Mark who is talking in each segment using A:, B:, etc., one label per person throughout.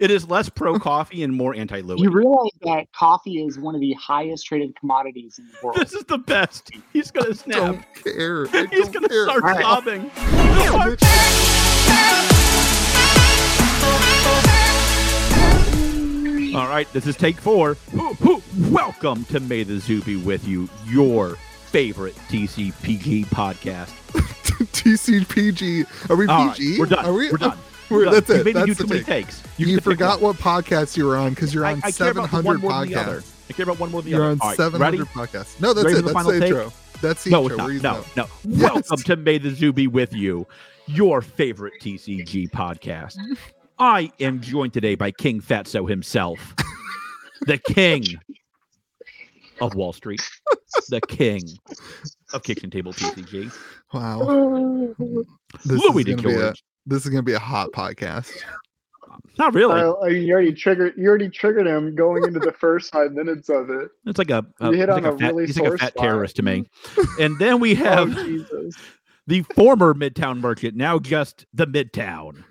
A: It is less pro coffee and more anti Louis.
B: You realize that coffee is one of the highest traded commodities in the world.
A: This is the best. He's gonna snap.
C: don't care. I
A: He's
C: don't
A: gonna
C: care.
A: start
B: All right.
A: sobbing. All right, this is take four. Ooh, ooh, Welcome to May the Zoo be with you, your favorite TCPG podcast.
C: TCPG. Are we
A: All right,
C: PG?
A: we're done.
C: Are we?
A: We're done.
C: We're-
A: Done.
C: that's
A: You
C: it.
A: made me
C: That's
A: do
C: the
A: too many
C: take.
A: takes.
C: You,
A: get to pick
C: forgot
A: one.
C: what podcast you were on because you're on
A: I, I care about the
C: 700
A: one more than the other.
C: podcasts.
A: I care about one more than the
C: You're
A: other.
C: on
A: All right,
C: 700
A: ready?
C: podcasts. No, that's
A: Ready for
C: it.
A: the
C: That's the
A: final take?
C: intro. That's the
A: No,
C: intro.
A: it's not.
C: We're using
A: No,
C: that.
A: no.
C: Yes.
A: Welcome to May the Zoo be with you, your favorite TCG podcast. I am joined today by King Fatso himself, the king of Wall Street, the king of kitchen table TCG,
C: Wow.
B: Uh,
C: This
A: Louis
C: is
A: de
C: gonna be a,
A: George.
C: This is gonna be a hot podcast.
A: Not really.
D: I mean, Oh, you already triggered. You already triggered him going into the first five minutes of it.
A: it's like a, a-
D: you
A: he's
D: hit
A: like
D: on
A: a
D: a
A: fat,
D: really
A: he's like a
D: sore
A: fat
D: spot.
A: terrorist to me. And then we
D: Oh
A: have
D: Jesus!
A: the former Midtown merchant, now just the Midtown,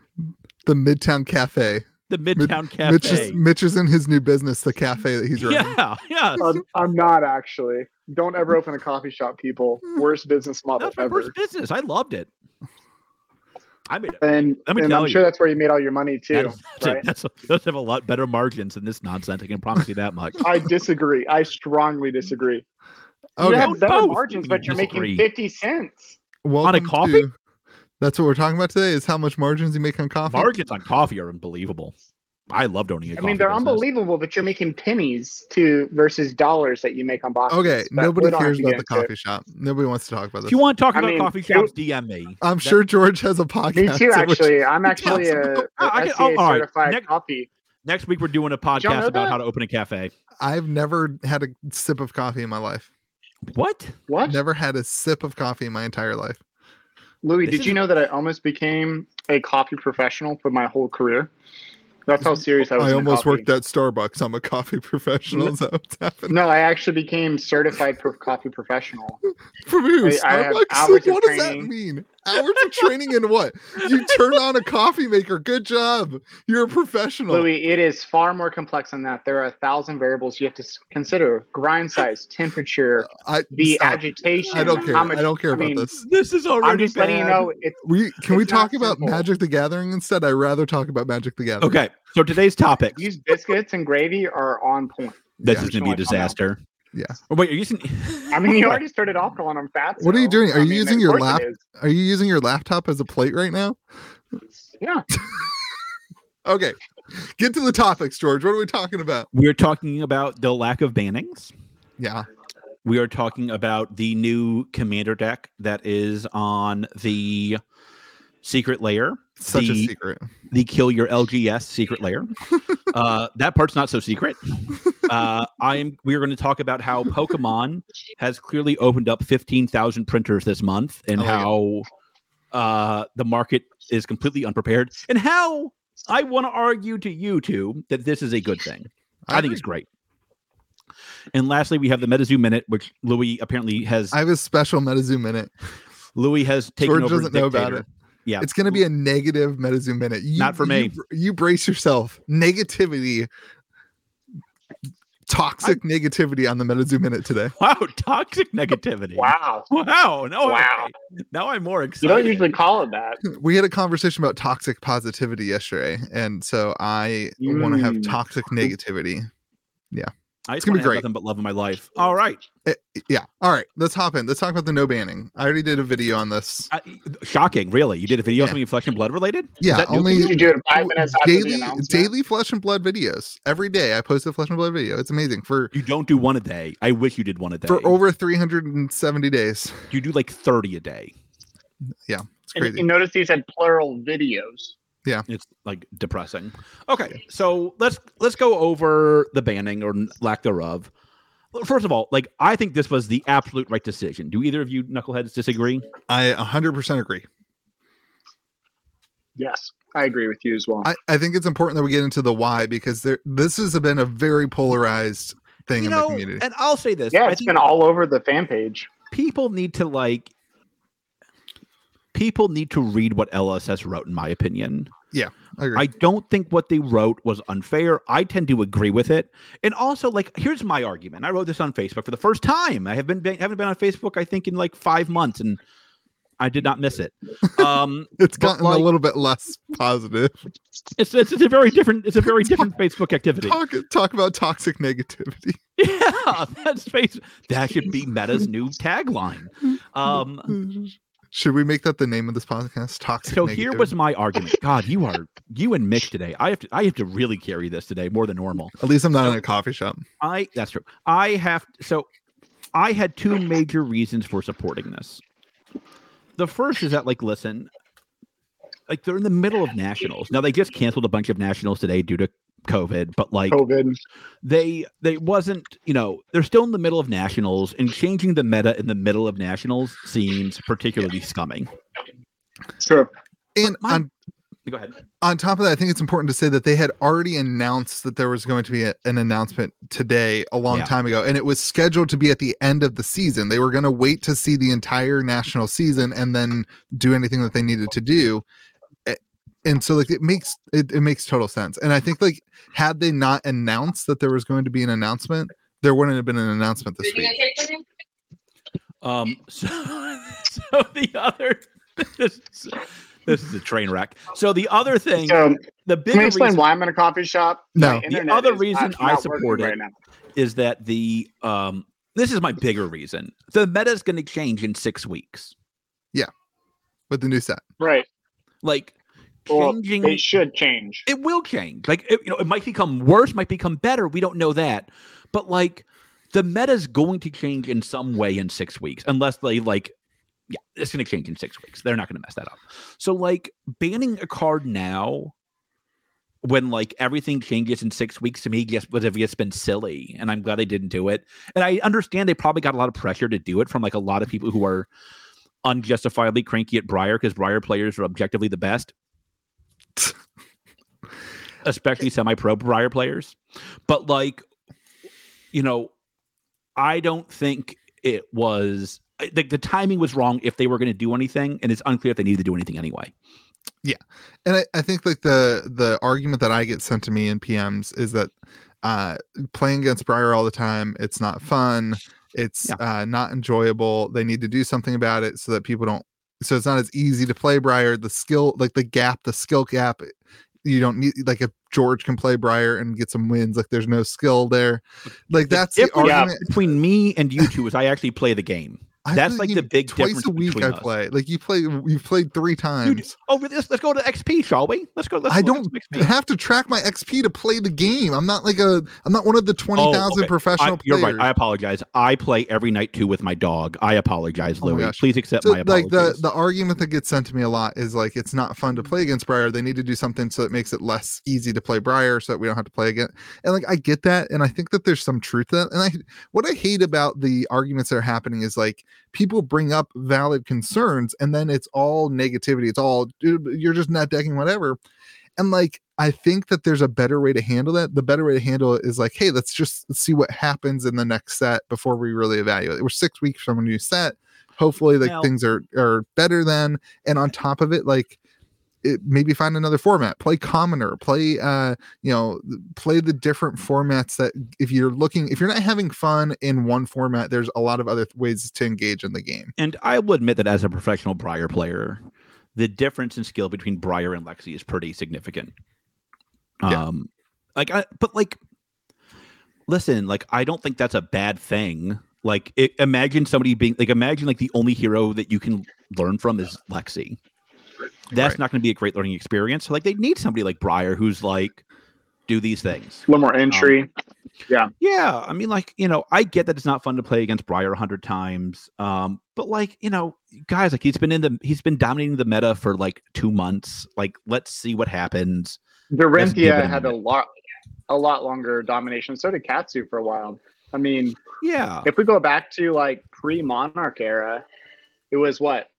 C: The Midtown Cafe.
A: the Midtown Cafe.
C: Mitch is, Mitch is in his new business, the cafe that he's running.
A: yeah, yeah.
D: I'm, Um, I'm not actually. Don't ever open a coffee shop, people. Worst business model
A: Hmm. That's my
D: ever.
A: first business. I loved it. I mean,
D: And,
A: Let me
D: and
A: tell
D: I'm
A: you.
D: sure that's where you made all your money too.
A: that's,
D: right?
A: that's, those have a lot better margins than this nonsense. I can promise you that much.
D: I disagree. I strongly disagree.
C: Okay.
D: You
A: Don't
D: have better
A: both
D: margins, but you're
A: Oh, disagree.
D: making fifty cents.
C: Welcome
A: coffee?
C: to- that's what we're talking about today. Is how much margins you make on coffee.
A: Margins on coffee are unbelievable. I loved owning a
D: I
A: coffee.
D: mean, they're
A: business.
D: unbelievable, but you're making pennies to versus dollars that you make on boxes.
C: okay,
D: but
C: nobody
D: we don't have
C: cares
D: to get
C: about the
D: into it.
C: coffee shop. Nobody wants to talk about
A: If
C: this.
A: you want to talk
D: I
A: about
D: mean,
A: coffee
D: you-
A: shops, DM me.
C: I'm sure George has a podcast.
D: Me too,
C: in which-
D: actually. I'm actually a, a
A: I can-
D: SCA
A: oh, all right.
D: certified
A: Next-
D: coffee.
A: Next week, we're doing a
D: y'all know
A: podcast about
D: that?
A: how to open a cafe.
C: I've never had a sip of coffee in my life.
A: What?
D: What?
C: Never had a sip of coffee in my entire life.
D: Louis,
A: This
D: did you
A: is-
D: know that I almost became a coffee professional for my whole career? That's how serious I was.
C: I
D: into
C: almost
D: coffee.
C: worked at Starbucks. I'm a coffee professional. So it's happened.
D: No, I actually became certified pro- coffee professional.
C: Oh. From who?
D: I- I have
C: Starbucks?
D: hours
C: Like,
D: of
C: what does that
D: training.
C: mean? Hours of training in what? You turn on a coffee maker. Good job. You're a professional.
D: Louis, it is far more complex than that. There are a thousand variables you have to s- consider: grind size, temperature,
C: I,
D: the
C: stop.
D: agitation.
C: I don't care.
D: How much,
C: I don't care
D: I
C: about
D: mean,
C: this.
A: This is already
D: I'm just letting you
A: bad.
D: know. It's
C: We can we
D: it's not
C: talk about
D: simple.
C: Magic the Gathering instead? I'd rather talk about Magic the Gathering.
A: Okay, so today's topic.
D: these biscuits and gravy are on point.
A: This
C: Yeah.
A: is going to be a disaster.
C: Yeah.
A: Oh, wait, are you? sen-
D: I mean, you already started off calling them fat.
C: What are you
D: so,
C: doing? Are
D: I
C: you
D: mean,
C: using
D: of
C: your
D: course it
C: lap-
D: is.
C: Are you using your laptop as a plate right now?
D: Yeah.
C: Okay. Get to the topics, George. What are we talking about?
A: We're talking about the lack of bannings.
C: Yeah.
A: We are talking about the new commander deck that is on the secret layer,
C: Such
A: The-
C: a secret.
A: the kill your LGS secret layer. uh, that part's not so secret. Uh, I am. We are going to talk about how Pokemon has clearly opened up fifteen thousand printers this month, and
C: I like it.
A: how uh, the market is completely unprepared, and how I want to argue to you two that this is a good thing. I, think it's great. And lastly, we have the MetaZoo minute, which Louis apparently has.
C: I have a special MetaZoom minute.
A: Louis has taken
C: George
A: over. as
C: doesn't know about
A: dictator.
C: it.
A: Yeah,
C: It's going to be a negative MetaZoom minute. You,
A: Not for
C: you
A: me.
C: br- You, brace yourself. Negativity, toxic negativity on the MetaZoom minute today.
A: wow toxic negativity.
D: Wow.
A: Wow. No,
D: Wow.
A: now I'm more
D: You
A: excited.
D: don't usually call it that.
C: We had a conversation about toxic positivity yesterday, and so I want to have
D: Mm.
C: toxic negativity.
A: I just
C: gonna
A: want to
C: be
A: have
C: great.
A: nothing but love in my life. All right.
C: Yeah. All right. Let's hop in. Let's talk about the no banning. I already did a video on this.
A: I, shocking, really. You did a video on
C: Yeah.
A: something flesh and blood related? Is
C: Yeah.
A: that new?
C: Only
D: Did you do it five minutes after the
C: daily
D: announcement?
C: daily flesh and blood videos. Every day I post a flesh and blood video. It's amazing for
A: You don't do one a day. I wish you did one a day.
C: for over 370 days.
A: you do like 30 a day.
C: It's
D: And
C: crazy.
D: you notice he said plural videos.
A: It's like depressing. Okay. So let's let's go over the banning or n- lack thereof. Well, First of all, like I think this was the absolute right decision. Do either of you knuckleheads disagree?
C: I 100% agree.
D: Yes, I agree with you as well.
C: I, I think it's important that we get into the why because there this has been a very polarized thing
A: you
C: in the
A: know,
C: community.
A: and I'll say this.
D: yeah,
A: I
D: it's
A: think-
D: been all over the fan page.
A: people need to like people need to read what LSS wrote in my opinion.
C: I agree.
A: I don't think what they wrote was unfair. I tend to agree with it. And also, like, here's my argument. I wrote this on Facebook for the first time. I have been, been haven't been on Facebook, I think, in like five months, and I did not miss it. Um,
C: it's
A: but
C: gotten
A: like-
C: a little bit less positive.
A: it's, it's it's a very different it's a very different Facebook activity.
C: Talk talk about toxic negativity.
A: Yeah, that's face. That should be Meta's new tagline. Um,
C: Should we make that the name of this podcast? Toxic.
A: so here
C: negativity?
A: was my argument. God, you are you and Mick today. I have to I have to really carry this today more than normal.
C: At least I'm not in a coffee shop.
A: I that's true. I have so I had two major reasons for supporting this. The first is that like listen, like they're in the middle of nationals. Now they just canceled a bunch of nationals today due to COVID, but like
D: COVID.
A: they they wasn't, you know, they're still in the middle of nationals and changing the meta in the middle of nationals seems particularly scumming.
D: Sure.
C: And
A: my-
C: on
A: Go ahead.
C: on top of that, I think it's important to say that they had already announced that there was going to be a- an announcement today a long
A: Yeah.
C: time ago, and it was scheduled to be at the end of the season. They were going to wait to see the entire national season and then do anything that they needed to do. A- And so, like, it makes it, it makes total sense. And I think, like, had they not announced that there was going to be an announcement, there wouldn't have been an announcement this week.
A: Um, so, so the other this, is- this is a train wreck. So the other thing,
D: So,
A: the
D: can
A: bigger
D: we explain
A: reason
D: why I'm in a coffee shop?
C: No.
D: My
C: The
D: internet
A: other
D: is
A: reason
D: not
A: I
D: working
A: support it-
D: right now.
A: is that the um this is my bigger reason. The meta is going to change in six weeks.
C: with the new set.
D: Right.
A: Like
D: Well,
A: changing,
D: They should change.
A: it will change. Like it, you know, it might become worse, might become better. We don't know that, but like the meta is going to change in some way in six weeks, unless they like. Yeah, it's going to change in six weeks. They're not going to mess that up. So, like, banning a card now, when like everything changes in six weeks, to me, just would have just been silly. And I'm glad they didn't do it. And I understand they probably got a lot of pressure to do it from like a lot of people who are unjustifiably cranky at Briar because Briar players are objectively the best especially semi-pro prior players. But like, you know, I don't think it was I- like the timing was wrong if they were going to do anything, and it's unclear if they needed to do anything anyway.
C: and I, I think like the the argument that I get sent to me in PMs is that uh playing against Briar all the time, it's not fun, it's
A: Yeah.
C: uh not enjoyable. They need to do something about it so that people don't so it's not as easy to play Briar. The skill like the gap, the skill gap you don't need like if George can play Briar and get some wins, like there's no skill there. Like that's the
A: difference-
D: Yeah.
C: argument.
A: Between me and you two, is I actually play the game.
C: I
A: That's
C: play
A: like
C: you
A: the big
C: twice
A: difference
C: a week
A: between
C: I
A: us.
C: play. Like you play you've played three
A: Dude,
C: times.
A: oh, let's let's go to XP, shall we? Let's go. Let's
C: I
A: look at
C: don't
A: some
C: I
A: XP.
C: have to track my XP to play the game. I'm not like a I'm not one of the 20,000
A: Oh, okay.
C: professional
A: I, you're
C: players.
A: right. I apologize. I play every night too with my dog. I apologize,
C: Oh my
A: Louis.
C: gosh.
A: Please accept
C: so
A: my
C: like
A: apologies.
C: the the argument that gets sent to me a lot is like it's not fun to play against Briar. They need to do something so it makes it less easy to play Briar so that we don't have to play again. And like I get that and I think that there's some truth to that. And I what I hate about the arguments that are happening is like people bring up valid concerns and then it's all negativity. It's all "Dude, but you're just not decking whatever. And like I think that there's a better way to handle that. The better way to handle it is like, hey, let's just see what happens in the next set before we really evaluate. We're six weeks from a new set. Hopefully, like
A: Now-
C: things are are better then. And on top of it, like it, maybe find another format. Play commoner. Play uh, you know, th- play the different formats that if you're looking, if you're not having fun in one format, there's a lot of other th- ways to engage in the game.
A: And I will admit that as a professional Briar player, the difference in skill between Briar and Lexi is pretty significant.
C: Yeah.
A: Um, like I, but like, listen, like I don't think that's a bad thing. Like, i imagine somebody being like, imagine like the only hero that you can learn from is Lexi. That's
C: Right.
A: not going to be a great learning experience. So, like, they need somebody like Briar who's like, do these things.
D: A little more entry.
A: Yeah, I mean, like you know, I get that it's not fun to play against Breyer a hundred times, um, but like you know, guys, like he's been in the he's been dominating the meta for like two months. Like, let's see what happens. Let's give it
D: Dorinthia
A: a
D: had a lot, a lot longer domination. So did Katsu for a while. I mean,
A: Yeah,
D: if we go back to like pre-monarch era, it was what?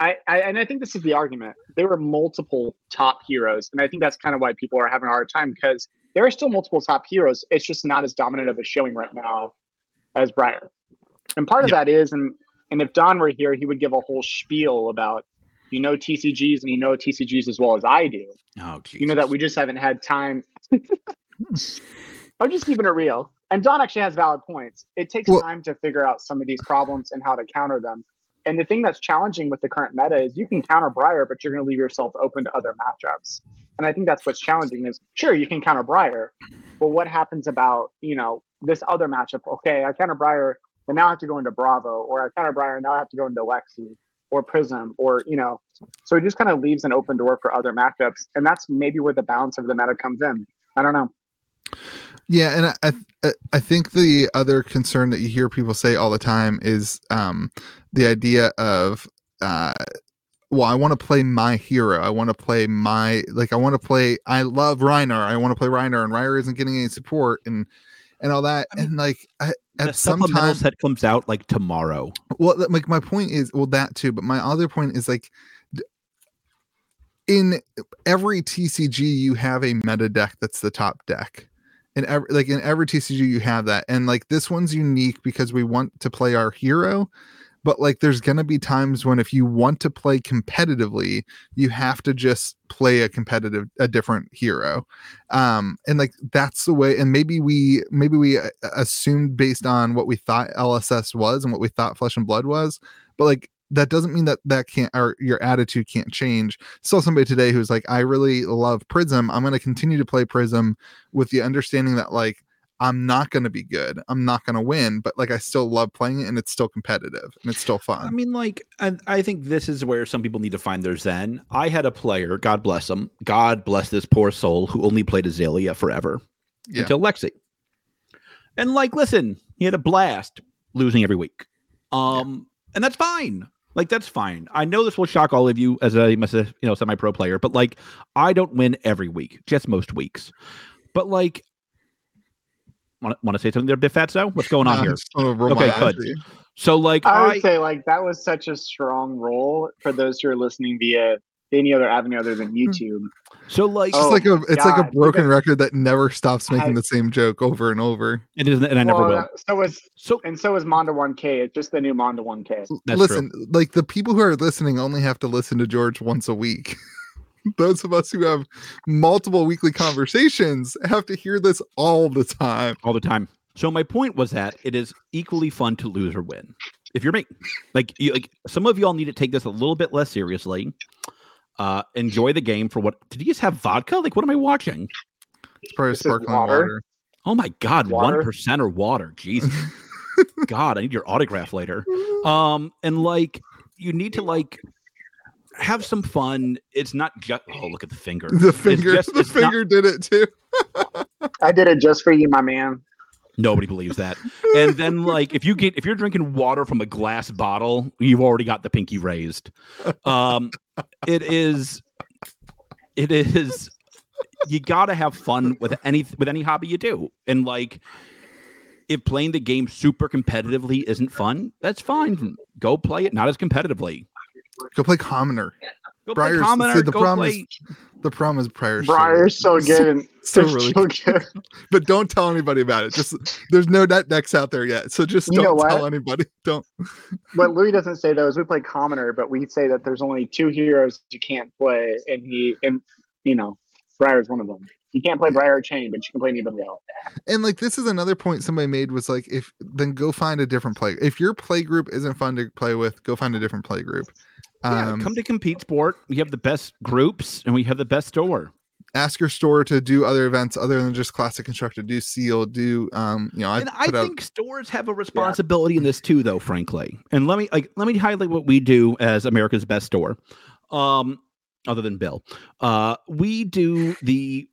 D: I, I and I think this is the argument. There were multiple top heroes, and I think that's kind of why people are having a hard time because there are still multiple top heroes. It's just not as dominant of a showing right now as Briar. And part of that is, and and if Don were here, he would give a whole spiel about you know TCGs and you know TCGs as well as I do.
A: Oh, geez.
D: You know that we just haven't had time. I'm just keeping it real. And Don actually has valid points. It takes
C: Well-
D: time to figure out some of these problems and how to counter them. And the thing that's challenging with the current meta is you can counter Briar, but you're going to leave yourself open to other matchups. And I think that's what's challenging is sure you can counter Briar, but what happens about you know this other matchup? Okay, I counter Briar, but now I have to go into Bravo, or I counter Briar, now I have to go into Lexi or Prism, or you know. So it just kind of leaves an open door for other matchups, and that's maybe where the balance of the meta comes in. I don't know.
C: Yeah, and I- I th- I think the other concern that you hear people say all the time is um, the idea of uh, well, I want to play my hero. I want to play my like I want to play. I love Reiner. I want to play Reiner, and Reiner isn't getting any support and and all that.
A: I mean,
C: and like I,
A: the
C: at some
A: supplemental
C: time,
A: set comes out like tomorrow.
C: well that- like my point is well that too but my other point is like d- in every tcg you have a meta deck that's the top deck in every like in every tcg you have that and like this one's unique because we want to play our hero but like there's going to be times when if you want to play competitively you have to just play a competitive a different hero um and like that's the way and maybe we maybe we uh, assumed based on what we thought lss was and what we thought flesh and blood was but like that doesn't mean that that can't or your attitude can't change saw somebody today who's like i really love prism i'm going to continue to play prism with the understanding that like i'm not going to be good i'm not going to win but like i still love playing it and it's still competitive and it's still fun
A: I mean, like, and I think this is where some people need to find their zen. I had a player, God bless him, God bless this poor soul, who only played Azalea forever
C: Yeah.
A: until Lexi. And like, listen, he had a blast losing every week, um, and that's fine. Like, that's fine. I know this will shock all of you as a you know semi-pro player, but like, I don't win every week, just most weeks. But like, want to say something there, Biff Fatso? What's going on
C: Uh,
A: here?
C: just wanna roll my
A: Okay,
C: eyes
A: good.
C: at you.
A: So like,
D: I would
A: I
D: say like that was such a strong role for those who are listening via any other avenue other
A: Hmm.
D: than YouTube.
A: so like.
C: It's just
D: Oh,
C: like a it's like a
D: God.
C: broken record that never stops making
D: I-
C: the same joke over and over.
A: It isn't, and I never
D: Well,
A: will.
D: that- So was
A: So
D: and so was Mondo 1K. It's just the new Mondo 1K.
A: That's true.
C: listen, like the people who are listening only have to listen to George once a week. Those of us who have multiple weekly conversations have to hear this all the time.
A: all the time. So my point was that it is equally fun to lose or win. If you're me, like, you, like some of y'all need to take this a little bit less seriously. Uh, enjoy the game for what? Did he just have vodka? Like, what am I watching?
C: It's probably
D: This is
C: sparkling
D: water.
C: water.
A: Oh my god, one
D: Water.
A: percent or water. Jesus, God, I need your autograph later. Um, and like, you need to like have some fun. It's not just. Oh, look at the finger.
C: The finger,
A: just-
C: the
A: it's not-
C: finger did it too.
D: I did it just for you, my man.
A: Nobody believes that. And then like if you get if you're drinking water from a glass bottle, you've already got the pinky raised. Um it is it is you got to have fun with any with any hobby you do. And like if playing the game super competitively isn't fun, that's fine. Go play it not as competitively.
C: Go play commoner.
A: Go
C: Briar's-
A: play commoner,
C: see, the
A: go
C: problem is-
A: play
C: The problem is Briar's, so-
D: Briar's so good and
C: Still
D: so
C: really,
D: good.
C: but don't tell anybody about it. Just there's no net decks out there yet, so just
D: You know
C: don't tell
D: what?
C: anybody. Don't.
D: What Louis doesn't say though is we play commoner, but we say that there's only two heroes you can't play, and he and you know Briar's one of them. You can't play Briar or Chain, but you can play anybody else.
C: and like this is another point somebody made was like if then go find a different play if your play group isn't fun to play with go find a different play group
A: yeah,
C: um
A: come to compete sport. We have the best groups and we have the best store.
C: ask your store to do other events other than just classic constructed do seal do um you know i,
A: and I
C: put out-
A: think stores have a responsibility in this too, though. Frankly, and let me like let me highlight what we do as America's best store. Um, other than Bill, uh, we do the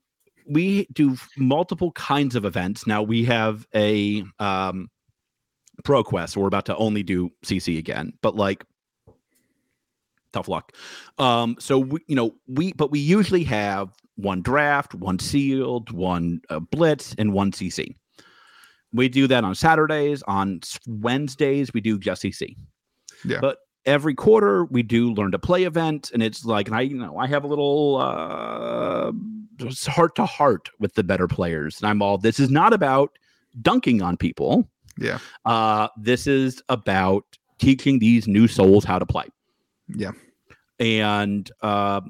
A: we do multiple kinds of events. Now we have a um, ProQuest. So we're about to only do CC again, but like tough luck. Um, so we, you know, we but we usually have one draft, one sealed, one uh, blitz, and one CC. We do that on Saturdays. On s- Wednesdays, we do just CC.
C: Yeah.
A: But every quarter, we do learn to play event, and it's like, and I, you know, I have a little uh, just heart to heart with the better players, and I'm all. This is not about dunking on people.
C: Yeah.
A: Uh, this is about teaching these new souls how to play.
C: Yeah.
A: and uh,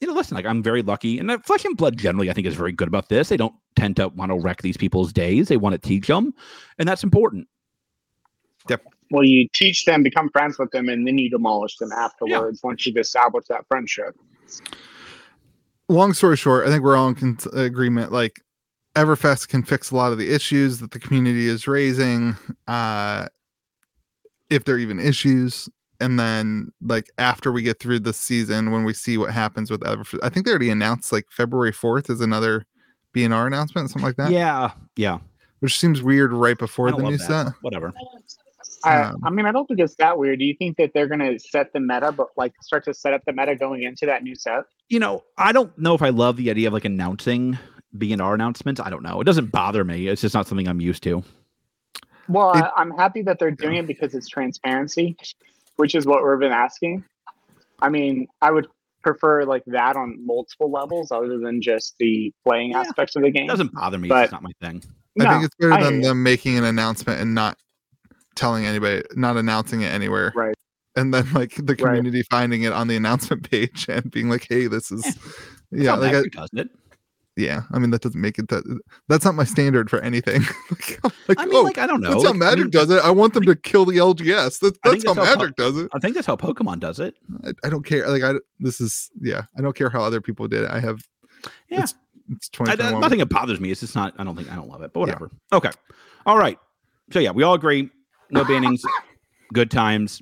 A: you know, listen, like I'm very lucky, and uh, Flesh and Blood generally, I think, is very good about this. They don't tend to want to wreck these people's days; they want to teach them, and that's important.
D: Well, you teach them, become friends with them, and then you demolish them afterwards once you've established that friendship.
C: long story short, I think we're all in con- agreement. Like, Everfest can fix a lot of the issues that the community is raising, uh, if they're even issues. And then, like, after we get through the season, when we see what happens with Everfest, I think they already announced like February 4th is another BNR announcement, something like that,
A: yeah, yeah.
C: which seems weird right
A: I
C: before
A: don't
C: the
A: love
C: new
A: that.
C: set.
A: Whatever.
D: I,
C: Um,
D: I mean, I don't think it's that weird. Do you think that they're going to set the meta, but like start to set up the meta going into that new set?
A: you know, I don't know if I love the idea of like announcing BNR announcements. I don't know. It doesn't bother me. It's just not something I'm used to.
D: Well,
C: It-
D: I, I'm happy that they're doing it because it's transparency, which is what we've been asking. I mean, I would prefer like that on multiple levels other than just the playing
A: Yeah.
D: aspects of the game.
A: It doesn't bother me. it's
D: But-
A: just not my thing.
C: I
D: No,
C: think it's better
D: I
C: than
D: hear you.
C: them making an announcement and not telling anybody, not announcing it anywhere.
D: Right.
C: And then like the community finding it on the announcement page and being like, "Hey, this is."
A: It's
C: Yeah,
A: not
C: like I,
A: that does it?
C: yeah. I mean, that doesn't make it that. That's not my standard for anything. like,
A: I mean,
C: oh,
A: like I don't know.
C: that's how
A: Like, I
C: Magic
A: mean,
C: does it. I want them to kill the LGS. That,
A: I think
C: that's how
A: that's how
C: Magic does it.
A: I think that's how Pokemon does it.
C: I, I don't care. Like I, this is yeah. I don't care how other people did it. I have.
A: Yeah.
C: It's, it's
A: I,
C: twenty
A: I-
C: twenty one.
A: nothing that bothers me. It's just not. I don't think I don't love it. But whatever. Okay. All right. So yeah, we all agree. No bannings. good times.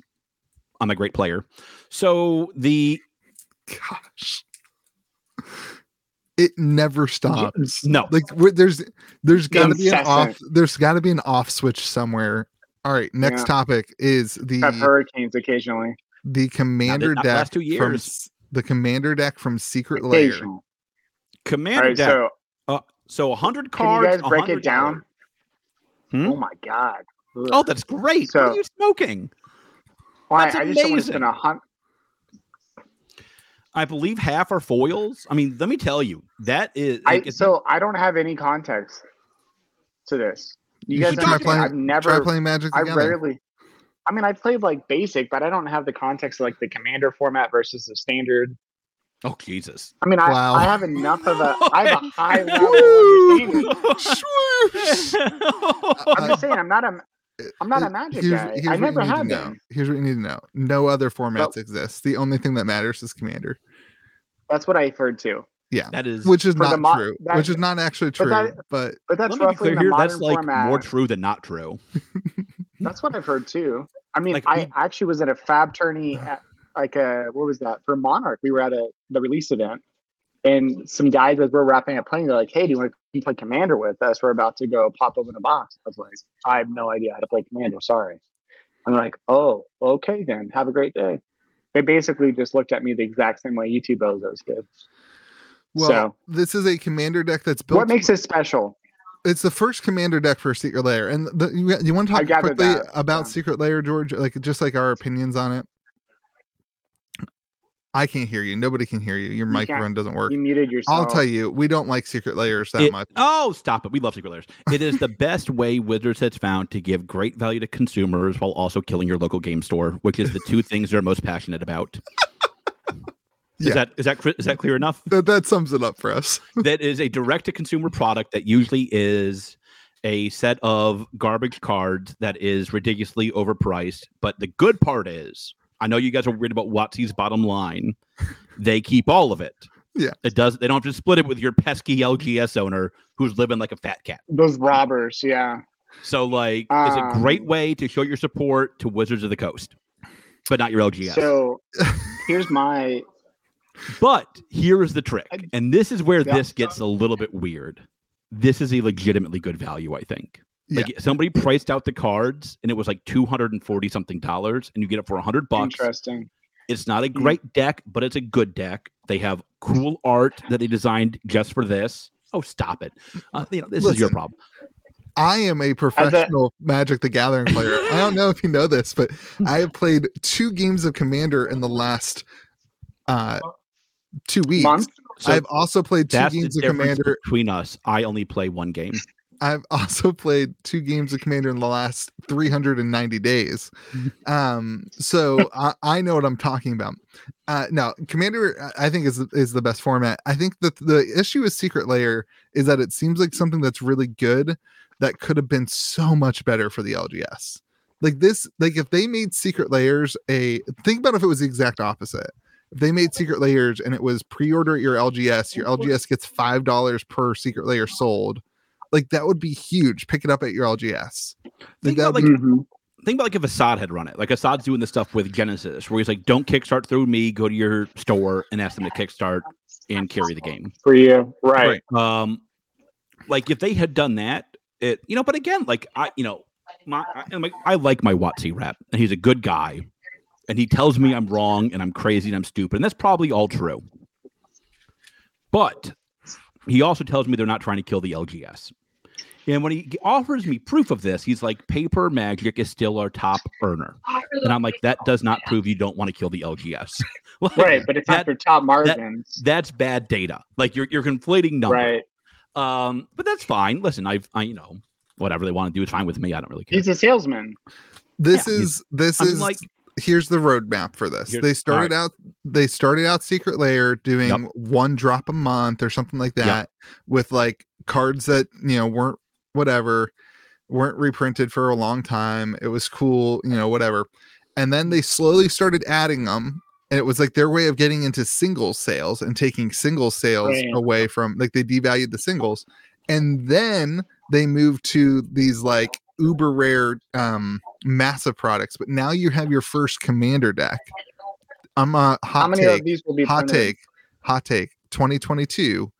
A: I'm a great player. So the
C: gosh it never stops
A: no.
C: like where- there's there's gotta be an off
D: Incessant.
C: there's gotta be an off switch somewhere all right next
D: Yeah.
C: topic is
D: have
C: the
D: hurricanes occasionally.
C: the commander
A: not
C: deck
A: the last two
C: from
A: years.
C: s- the commander deck from secret layer
D: Occasional. All
A: commander
D: right,
A: deck.
D: so
A: uh, so 100
D: can you
A: cards.
D: guys break
A: 100
D: it down?
A: Hmm?
D: Oh my god! Ugh.
A: Oh, that's great. what
D: So-
A: are you smoking?
D: Why?
A: that's
D: I just don't want to
A: amazing.
D: spend a hundred.
A: I believe half are foils. I mean, let me tell you, that is
D: I
A: like, it's-
D: so I don't have any context to this. You,
C: You
D: guys
C: should try
D: understand?
C: playing-
D: I've
C: try
D: never.
C: playing magic
D: I
C: together
D: rarely. I mean, I played like basic, but I don't have the context of like the commander format versus the standard.
A: oh Jesus.
D: I mean, I,
C: Wow.
D: I have enough of a. I have a high level
C: Woo!
D: understanding.
C: Swoosh!
D: I'm just saying, I'm not a. I'm not
C: Uh,
D: a magic
C: here's-
D: guy.
C: here's
D: I
C: what you
D: never
C: need to
D: had
C: know.
D: them.
C: Here's what you need to know. No other formats exist. The only thing that matters is Commander,
D: That's what I heard too.
A: that is
C: which is
D: For the
C: not
D: mo-
C: true.
D: that-
C: which is not actually
D: but
C: true.
D: that-
C: but
D: But
A: let
D: that's
A: me be
D: roughly
A: clear
D: the
A: here.
D: modern
A: That's like
D: format.
A: more true than not true.
D: That's what I've heard too. I mean,
A: Like,
D: I
A: we-
D: actually was at a fab tourney at like a what was that for Monarch? We were at a the release event, and some guys as we're wrapping up playing, they're like, "Hey, do you want to play Commander with us? We're about to go pop open a box." I was like, "I have no idea how to play Commander. Sorry." I'm like, "Oh, okay then. Have a great day." They basically just looked at me the exact same way you two bozos did.
C: well,
D: so,
C: this is a commander deck that's built
D: what makes it special?
C: it's the first commander deck for secret layer and the, you, you want to
D: I
C: talk
D: gathered
C: quickly
D: that,
C: about
D: yeah.
C: secret layer george like just like our opinions on it i can't hear you nobody can hear you your
D: You can't.
C: microphone doesn't work
D: You muted yourself.
C: i'll tell you we don't like secret layers that
A: It-
C: much
A: Oh, stop it. We love secret layers. It is the best way Wizards has found to give great value to consumers while also killing your local game store, which is the two things they're most passionate about.
C: Yeah.
A: Is that is that cr- is that clear enough?
C: that, that sums it up for us
A: that is a direct to consumer product that usually is a set of garbage cards that is ridiculously overpriced. But the good part is, I know you guys are worried about Watsy's bottom line. They keep all of it.
C: Yeah.
A: It does they don't have to split it with your pesky LGS owner who's living like a fat cat.
D: those robbers. Yeah.
A: So like it's a great
D: Um,
A: way to show your support to Wizards of the Coast. But not your LGS.
D: So, here's my
A: But here is the trick,
D: I-
A: and this is where
D: Yeah.
A: this gets a little bit weird. This is a legitimately good value, I think. Like somebody priced out the cards, and it was like two hundred and forty something dollars, and you get it for hundred bucks.
D: Interesting.
A: It's not a
C: Hmm.
D: Mhm.
A: great deck, but it's a good deck. They have cool art that they designed just for this. Oh, stop it! Uh, you know, this is your
C: Listen.
A: problem.
C: I am a professional Magic the Gathering player. I don't know if you know this, but I have played two games of Commander in the last uh two weeks.
D: Month?
A: So
C: I've also played two
A: that's the
C: games of
A: difference
C: Commander.
A: between us. I only play one game.
C: I've also played two games of Commander in the last 390 days. Um, so I, I know what I'm talking about. Uh, no, Commander, I- I think is the- is the best format. I think that the issue with Secret Layer is that it seems like something that's really good that could have been so much better for the LGS. Like this, like if they made Secret Layers a think about if it was the exact opposite. If they made Secret Layers and it was pre-order at your LGS, your LGS gets five dollars per Secret Layer sold. Like that would be huge. Pick it up at your LGS.
A: Think
C: that
A: about,
C: would
A: like,
C: be-
D: Mhm.
A: Think about like if Assad had run it. Like Assad's doing the stuff with Genesis, where he's like, "Don't kickstart through me. Go to your store and ask them to kickstart and carry the game."
D: For you, right?
A: Um, like if they had done that, it you know. But again, like I, you know, my I, I'm like I like my Watsy rep, and he's a good guy, and he tells me I'm wrong and I'm crazy and I'm stupid, and that's probably all true. But he also tells me they're not trying to kill the LGS. And when he offers me proof of this, he's like, "Paper magic is still our top earner," and I'm like, "That does not prove you don't want to kill the LGS." Like,
D: Right, but it's
A: That-
D: not your top margins,
A: That's bad data. Like you're you're conflating numbers.
D: right?
A: Um, but that's fine. Listen, I've, I, you know, whatever they want to do is fine with me. I don't really care.
D: He's a salesman.
C: This
A: Yeah.
C: is this
A: I'm
C: is
A: like,
C: here's the roadmap for this.
A: Here-
C: They started out they started out Secret Layer doing
A: Yep.
C: one drop a month or something like
A: Yep.
C: that with like cards that you know weren't whatever weren't reprinted for a long time. It was cool, you know, whatever. And then they slowly started adding them. And it was like their way of getting into single sales and taking single sales
D: Right.
C: away from like they devalued the singles. And then they moved to these like uber rare um massive products. But now you have your first commander deck. I'm a hot
D: How many
C: take
D: of these will be
C: hot
D: printed?
C: take hot take 2022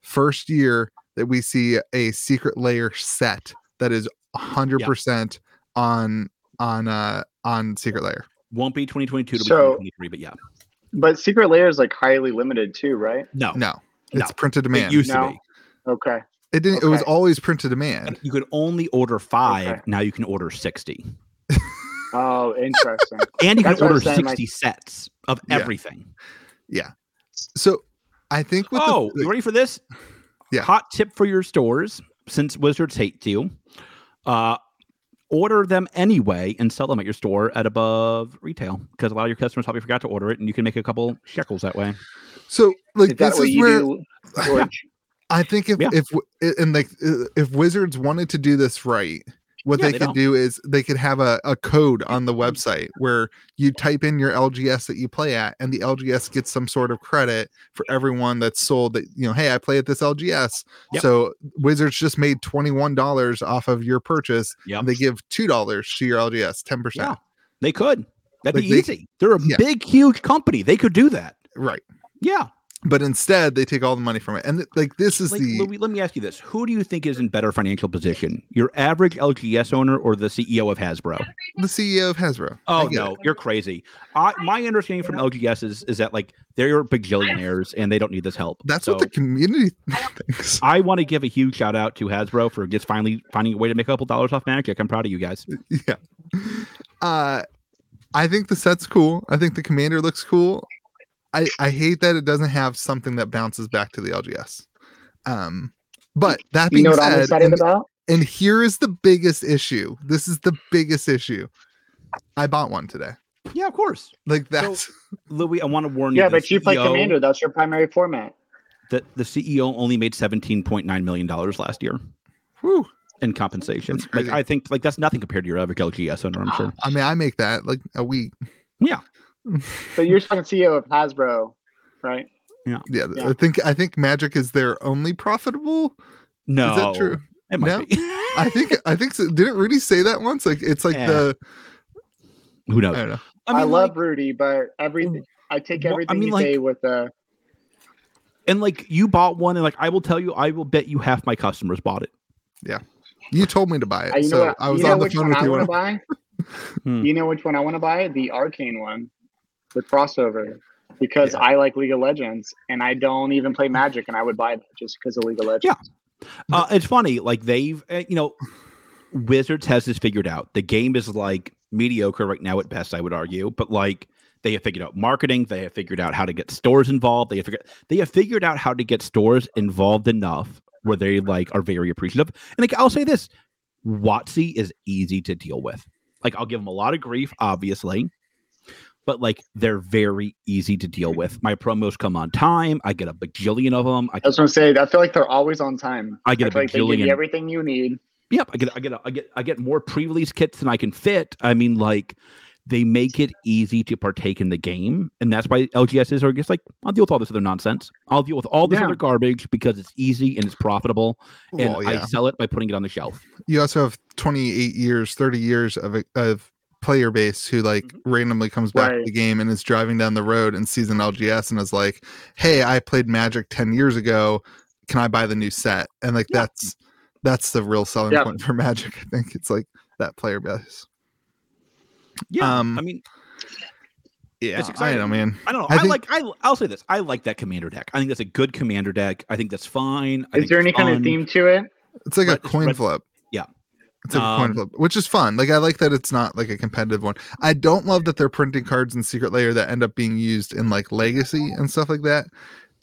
C: first year that we see a secret layer set that is 100% on on uh on secret layer
A: won't be 2022 to
D: So-
A: be 2023, but yeah,
D: But secret layer is like highly limited too, right?
A: no,
C: no
A: Oh, No.
C: it's print to
A: it
C: demand it,
A: used
D: No.
A: to be.
D: Okay.
C: didn't it was
D: okay.
C: always print to demand
A: You could only order five.
D: Okay.
A: Now you can order 60,
D: Oh, interesting.
A: and you
D: That's
A: can
D: what I'm
A: order
D: saying,
A: 60
D: like-
A: sets of
C: Yeah.
A: everything.
C: so i think with
A: Oh,
C: the,
A: you ready for this?
C: Yeah.
A: Hot tip for your stores, since wizards hate you, uh, order them anyway and sell them at your store at above retail because a lot of your customers probably forgot to order it, and you can make a couple shekels that way.
C: so
D: Is
C: like
D: that
C: this
D: what
C: is
D: you
C: where
D: do, George?
C: I think if
A: Yeah.
C: if w- i- and like i- if Wizards wanted to do this right, what
A: Yeah,
C: they,
A: they
C: could
A: don't. Mm-hmm.
C: do is they could have a, a code on the website where you type in your LGS that you play at, and the LGS gets some sort of credit for everyone that's sold that you know, hey, I play at this LGS.
A: Yep.
C: So Wizards just made twenty one dollars off of your purchase,
A: Yeah,
C: and they give two dollars to your LGS, ten
A: Yeah,
C: percent.
A: they could. That'd
C: Like,
A: be
C: they-
A: easy. They're a
C: yeah.
A: big, huge company. They could do that.
C: Right.
A: Yeah.
C: But instead they take all the money from it. And th- like this is
A: Like,
C: the
A: Louis, let me ask you this: Who do you think is in better financial position, your average LGS owner or the CEO of Hasbro?
C: the CEO of Hasbro. I
A: Oh
C: get it.
A: no, you're crazy. I, my understanding from LGS is, is that like they're bajillionaires and they don't need this help.
C: That's
A: so
C: what the community thinks.
A: I want to give a huge shout out to Hasbro for just finally finding a way to make a couple dollars off Magic. I'm proud of you guys.
C: yeah. Uh, I think the set's cool. I think the commander looks cool. I I hate that it doesn't have something that bounces back to the LGS. Um, but that
D: You
C: being
D: know what I'm
C: said,
D: excited
C: and,
D: about?
C: and here is the biggest issue. This is the biggest issue. I bought one today.
A: Yeah, of course,
C: Like that's
A: Louis. I want to warn you.
D: Yeah,
A: the
D: but you play
A: CEO
D: commander. That's your primary format.
A: That the CEO only made 17.9 million dollars last year.
C: whew.
A: in compensation.
C: That's
A: Like
C: crazy.
A: I think like that's nothing compared to your average LGS owner, I'm sure.
C: I mean, I make that like a week.
D: But you're talking CEO E of Hasbro, right?
C: Yeah,
D: Yeah.
C: I think I think Magic is their only profitable.
A: No.
C: Is that true?
A: It might
C: No.
A: be.
C: I think I think so. didn't Rudy say that once? Like it's like
A: Yeah.
C: the
A: Who
C: I
A: knows?
C: don't know.
D: I,
A: mean,
D: love
A: like-
D: Rudy, but everything I take
A: Well, I
D: everything
A: mean,
D: you
A: like-
D: say with uh, a
A: and like you bought one and like I will tell you, I will bet you half my customers bought it.
C: You told me to buy
D: I-
C: it,
D: you know
C: so
D: what,
C: I was
D: you know
C: on the
D: which
C: phone
D: one
C: with
D: I
C: you.
D: want
C: When
D: to buy.
A: Hmm.
D: You know which one I want to buy? The Arcane one, the crossover, because
C: Yeah.
D: I like League of Legends and I don't even play Magic, and I would buy that just because of League of Legends.
A: Uh, it's funny, like they've uh, you know, Wizards has this figured out. The game is like mediocre right now at best, I would argue, but like they have figured out marketing, they have figured out how to get stores involved, they have figured they have figured out how to get stores involved enough where they like are very appreciative. And like I'll say this, Watsy is easy to deal with. Like I'll give them a lot of grief, obviously, but like they're very easy to deal with. My promos come on time. I get a bajillion of them. I,
D: I was gonna say, I feel like they're always on time.
A: I get
D: I
A: a
D: feel like they
A: bajillion
D: give you everything you need.
A: Yep, I get I get I get I get more pre-release kits than I can fit. I mean, like they make it easy to partake in the game, and that's why LGSs are just like, I'll deal with all this other nonsense. I'll deal with all this
D: Yeah.
A: other garbage because it's easy and it's profitable, and
C: Well,
A: I sell it by putting it on the shelf.
C: you also have 28 years 30 years of of player base who like
A: Mm-hmm.
C: randomly comes back to
D: Right.
C: the game and is driving down the road and sees an lgs and is like hey i played magic 10 years ago can i buy the new set and like
A: Yeah.
C: that's that's the real selling
D: Yeah.
C: point for magic i think it's like that player base
A: Yeah,
C: Um,
A: I mean,
C: yeah
A: It's
C: i don't
A: exciting.
C: man
A: I don't know.
C: I
A: I,
C: think-
A: like I I'll say this. I like that commander deck. I think that's a good commander deck. I think that's fine. I
D: Is
A: think
D: there
A: it's
D: any kind of
A: fun.
D: theme to it?
C: it's like
A: Red-
C: a coin
A: red-
C: flip
A: yeah.
C: it's like a coin
A: Um,
C: flip which is fun like i like that it's not like a competitive one i don't love that they're printing cards in secret layer that end up being used in like legacy and stuff like that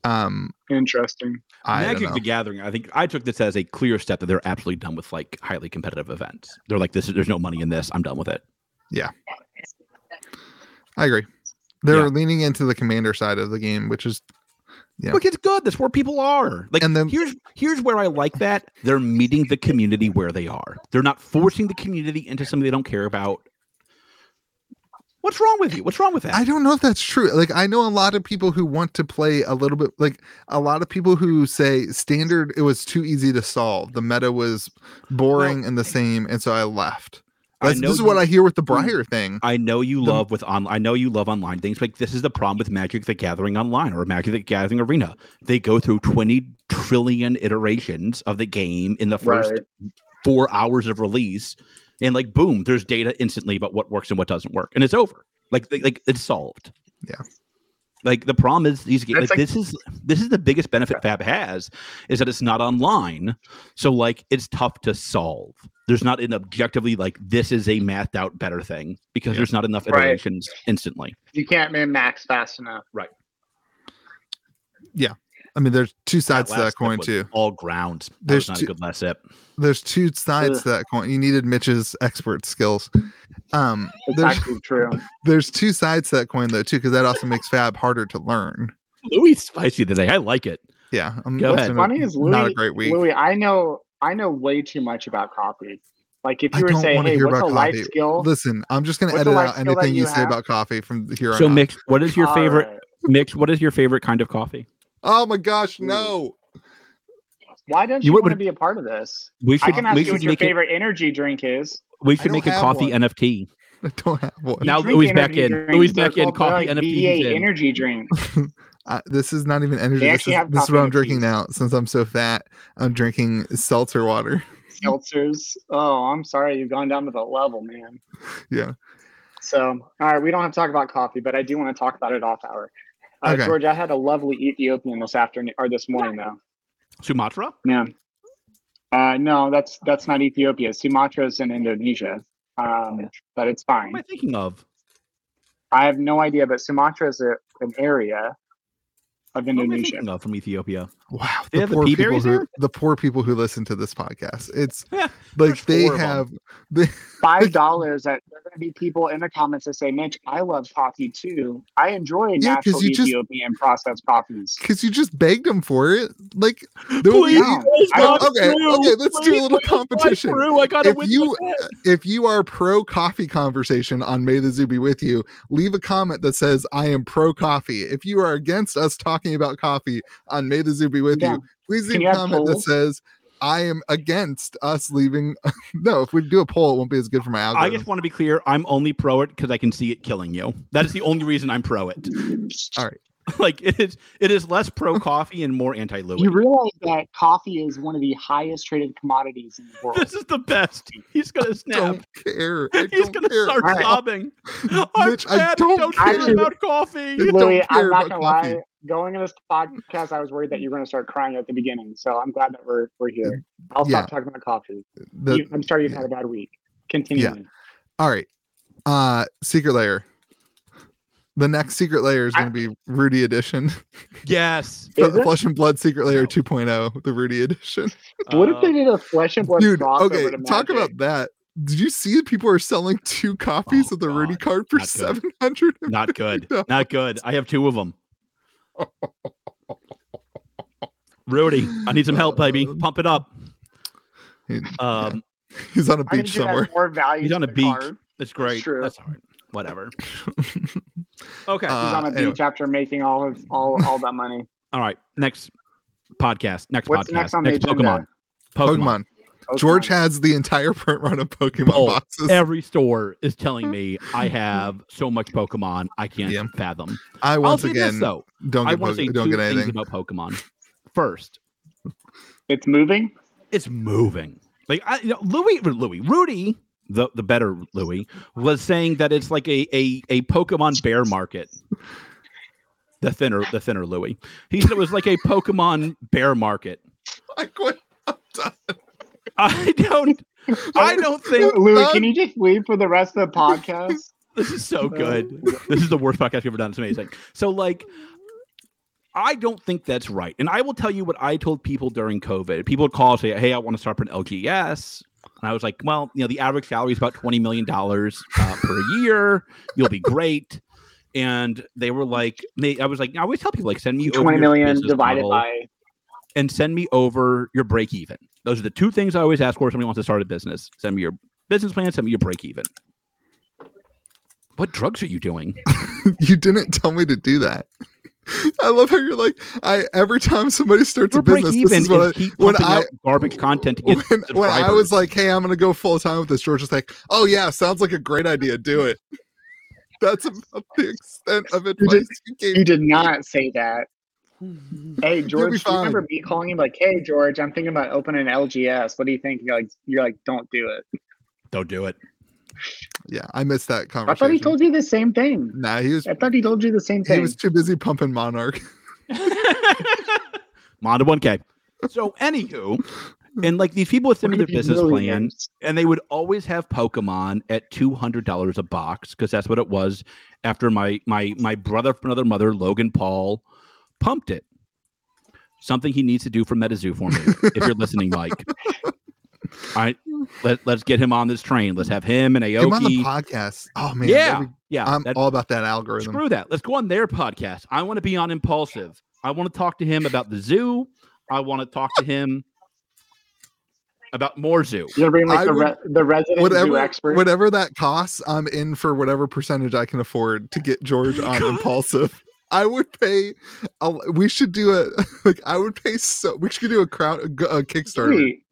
C: um
D: Interesting.
C: I don't
A: Magic
C: know.
A: the Gathering, I think I took this as a clear step that they're absolutely done with like highly competitive events. They're like, this, there's no money in this. I'm done with it.
C: I agree. They're
A: Yeah.
C: leaning into the commander side of the game, which is Yeah.
A: Look, it's good. That's where people are. Like, and
C: And then-
A: then here's here's where I like that they're meeting the community where they are. They're not forcing the community into something they don't care about. What's wrong with you? What's wrong with that?
C: I don't know if that's true. Like I know a lot of people who want to play a little bit like a lot of people who say standard it was too easy to solve. The meta was boring and the same and so I left.
A: I
C: That's,
A: know
C: this is what
A: you- Hmm.
C: I hear with the Briar thing.
A: I know you
C: The-
A: love with on. I know you love online things. Like this is the problem with Magic: The Gathering online or Magic: The Gathering Arena. They go through twenty trillion iterations of the game in the first
D: Right.
A: four hours of release, and like boom, there's data instantly about what works and what doesn't work, and it's over. Like they- like it's solved.
C: Yeah.
A: Like the problem is these games.
D: That's
A: Like, this is this is the biggest benefit Fab has is that it's not online, so like it's tough to solve. There's not an objectively like this is a mathed out better thing because
C: Yeah.
A: there's not enough
D: Right.
A: iterations instantly.
D: You can't min max fast enough.
C: I mean there's two sides to
A: last
C: that
A: sip
C: coin
A: was
C: too.
A: All grounds. That was
C: There's
A: not
C: two-
A: a good last sip.
C: There's two sides
D: Ugh.
C: to that coin. You needed Mitch's expert skills. Um
D: It's
C: there's
D: actually true.
C: there's two sides to that coin though too, because that also makes fab harder to learn.
A: Louis spicy today. I like it.
C: Yeah. I'm,
A: Go
C: it's
A: ahead.
C: been a-
D: Funny is Louis,
C: not a great week.
D: Louis, I know I know way too much about coffee. Like if
C: I
D: you were
C: don't
D: saying,
C: wanna
D: hey,
C: hear
D: what's a
C: about
D: life
C: coffee.
D: skill?
C: Listen, I'm just gonna
D: What's the
C: edit
D: life
C: out
D: skill that
C: anything you,
D: you
C: say
D: have?
C: about coffee from here on
A: So
C: out.
A: Mix, what is
B: Uh,
A: your
D: All
A: favorite
D: right.
A: Mix, what is your favorite kind of coffee?
C: oh my gosh,
D: Ooh.
C: no!
D: Why don't
A: You
D: you,
A: would-
D: want to be a part of this?
A: We should
D: I can ask
A: we
D: you
A: should
D: what your
A: make it,
D: favorite energy drink is.
A: we
C: I
A: should
C: don't
A: make a
C: have
A: coffee
C: one.
A: NFT.
C: I don't have one.
A: Now
D: drink
A: Louis back
D: energy
A: in.
D: drinks.
A: Louis
D: They're
A: back in.
D: called,
A: Coffee
D: like,
A: NFTs
D: VA
A: in.
D: energy drink.
C: I, this is not even energy. This
D: actually
C: is,
D: have
C: this is
D: coffee
C: what I'm
D: with
C: drinking
D: cheese.
C: now. Since I'm so fat, I'm drinking seltzer water.
D: seltzers. Oh, I'm sorry, you've gone down to the level, man.
C: Yeah.
D: So, all right, we don't have to talk about coffee, but I do want to talk about it off hour. Uh,
C: Okay.
D: George, I had a lovely Ethiopian this afternoon or this morning, though.
A: Sumatra?
D: Yeah. Uh, no, that's that's not Ethiopia. Sumatra's in Indonesia, um, but it's fine.
A: What am I thinking of?
D: I have no idea, but Sumatra is a, an area of
A: What am I
D: Indonesia.
A: thinking of from Ethiopia?
C: Wow,
A: They
C: the
A: have the
C: poor
A: pea
C: people
A: berries
C: who
A: there?
C: the poor people who listen to this podcast. It's
A: Yeah,
C: like
A: there's
C: they
A: four of 'em.
C: have they,
D: Five dollars. That there are going to be people in the comments that say, "Mitch, I love coffee too. I enjoy
C: Yeah, 'cause
D: natural
C: you just-
D: Ethiopian processed coffees."
C: because you just begged them for it. Like there will be
A: Please,
D: No.
A: let's
D: I-
A: not
C: okay,
A: screw.
C: okay, let's do a
A: Please,
C: little
A: let's not
C: competition.
A: screw. I gotta
C: If
A: win
C: you-
A: the bet.
C: if you are pro coffee conversation on May the Zoo be with you, leave a comment that says I am pro coffee. If you are against us talking about coffee on May the Zoo be with
D: Yeah.
C: you, please
D: Can
C: leave
D: you
C: a
D: have
C: comment that
D: polls?
C: says I am against us leaving. no, if we do a poll, it won't be as good for my
A: I
C: algorithm.
A: just want to be clear. I'm only pro it because I can see it killing you. That is the only reason I'm pro it.
C: All right.
A: Like it is, it is less pro coffee and more anti Louis.
B: You realize that coffee is one of the highest traded commodities in the world.
A: This is the best. He's gonna snap.
C: don't care. I
A: He's
C: don't
A: gonna
C: care.
A: start
D: Alright.
A: sobbing. I'm
C: Mitch, I
A: fat,
C: don't
A: care
D: care.
A: about coffee.
C: I
D: Louis,
C: don't care
D: I'm not
C: about
D: gonna
C: coffee.
D: lie. Going into this podcast, I was worried that you were gonna start crying at the beginning. So I'm glad that we're we're here. I'll
C: Yeah.
D: stop talking about coffee.
C: The-
D: You- I'm sorry you've
C: yeah.
D: had a bad week. Continue.
C: all right. Uh, secret layer. The next secret layer is going to be Rudy edition.
A: Yes.
D: Is
C: The
D: it?
C: Flesh and Blood secret layer 2.0, the Rudy edition.
D: What if
A: Uh,
D: they did a flesh and blood
C: Um, Dude,
D: crossover
C: okay,
D: to
C: talk
D: Magic?
C: about that. Did you see that people are selling two copies
A: Oh,
C: of the Rudy
A: God,
C: card for
A: not good.
C: seven hundred?
A: Not good. Not good. I have two of them. Rudy, I need some help, baby. Pump it up. Um,
C: He's on a
D: I think
C: beach
D: it has
C: somewhere.
D: More value
A: He's
D: to
A: on a
D: the
A: beach.
D: card.
A: that's great.
D: true.
A: That's all right. Whatever. Okay.
C: Uh,
D: He's on a beach
C: anyway.
D: after making all of all all that money.
A: all right. Next podcast. Next
D: What's
A: podcast.
D: next on the agenda?
A: Pokemon. Pokemon.
C: Pokemon.
D: Pokemon.
C: George has the entire print run of Pokemon
A: Oh,
C: boxes.
A: Every store is
D: Hmm?
A: telling me I have so much Pokemon I can't
C: Yeah.
A: fathom.
C: I once
A: I'll say
C: again
A: this though.
C: don't
A: I
C: get
A: want
C: Poke-
A: to say
C: don't
A: two
C: get
A: things
C: anything.
A: about Pokemon. First,
D: It's moving.
A: it's moving. Like I, you know, Louis, or Louis, Rudy, the the better Louis was saying that it's like a a a Pokemon bear market. The thinner, the thinner Louis. He said it was like a Pokemon bear market.
C: I quit. I'm done.
A: I don't, I don't think
D: Louis,
C: Doug-
D: can you just leave for the rest of the podcast?
A: This is so good. This is the worst podcast we've ever done. It's amazing. So, like, I don't think that's right. And I will tell you what I told people during COVID. People would call and say, Hey, I want to start up an LGS. And I was like, Well, you know, the average salary is about $20 million uh, per year. You'll be great. And they were like, they, I was like, I always tell people, like, send me over
D: Twenty
A: your
D: million
A: business
D: divided
A: model
D: by
A: and send me over your break even. Those are the two things I always ask for if somebody wants to start a business. Send me your business plan, send me your break even. What drugs are you doing?
C: You didn't tell me to do that. I love how you're like I every time somebody starts
A: Your
C: a
A: break
C: business. This
A: even
C: is
A: is
C: what I,
A: keep
C: when
A: pumping
C: I-
A: out garbage content to
C: when,
A: get
C: when I
A: subscribers.
C: was like, "Hey, I'm gonna go full time with this," George was like, "Oh yeah, sounds like a great idea. Do it." That's about the extent of advice you
D: You
C: gave.
D: did not say that. Hey
C: be
D: George, do
C: fine.
D: you remember me calling you like, "Hey George, I'm thinking about opening an LGS. What do you think?" You're like, "You're like, don't do it."
A: don't do it.
C: Yeah, I missed that conversation.
D: I thought he told you the same thing.
C: Nah, he was
D: I thought he told you the same
C: he
D: thing.
C: was too busy pumping Monarch.
A: Mondo 1K. So, anywho, and like these people would send me their business plan,
D: Millions.
A: and they would always have Pokemon at two hundred dollars a box because that's what it was after my my my brother from another mother, Logan Paul, pumped it. Something he needs to do for MetaZoo for me. if you're listening, Mike, I let, let's get him on this train. Let's have him and
C: Come on the
A: Aoki.
C: podcast. Oh man,
A: yeah,
C: that'd be-
A: yeah.
C: I'm
A: that-
C: all about that algorithm.
A: screw that. Let's go on their podcast. I want to be on Impulsive. I want to talk to him about the zoo. I want to talk to him about more zoo.
D: You're gonna bring like
C: I
D: the,
C: would-
D: re- the resident zoo
C: whatever
D: expert.
C: whatever that costs, I'm in for whatever percentage I can afford to get George on impulsive. I would pay. A, we should do a like. I would pay so. We should do a crowd a Kickstarter.
D: Wait,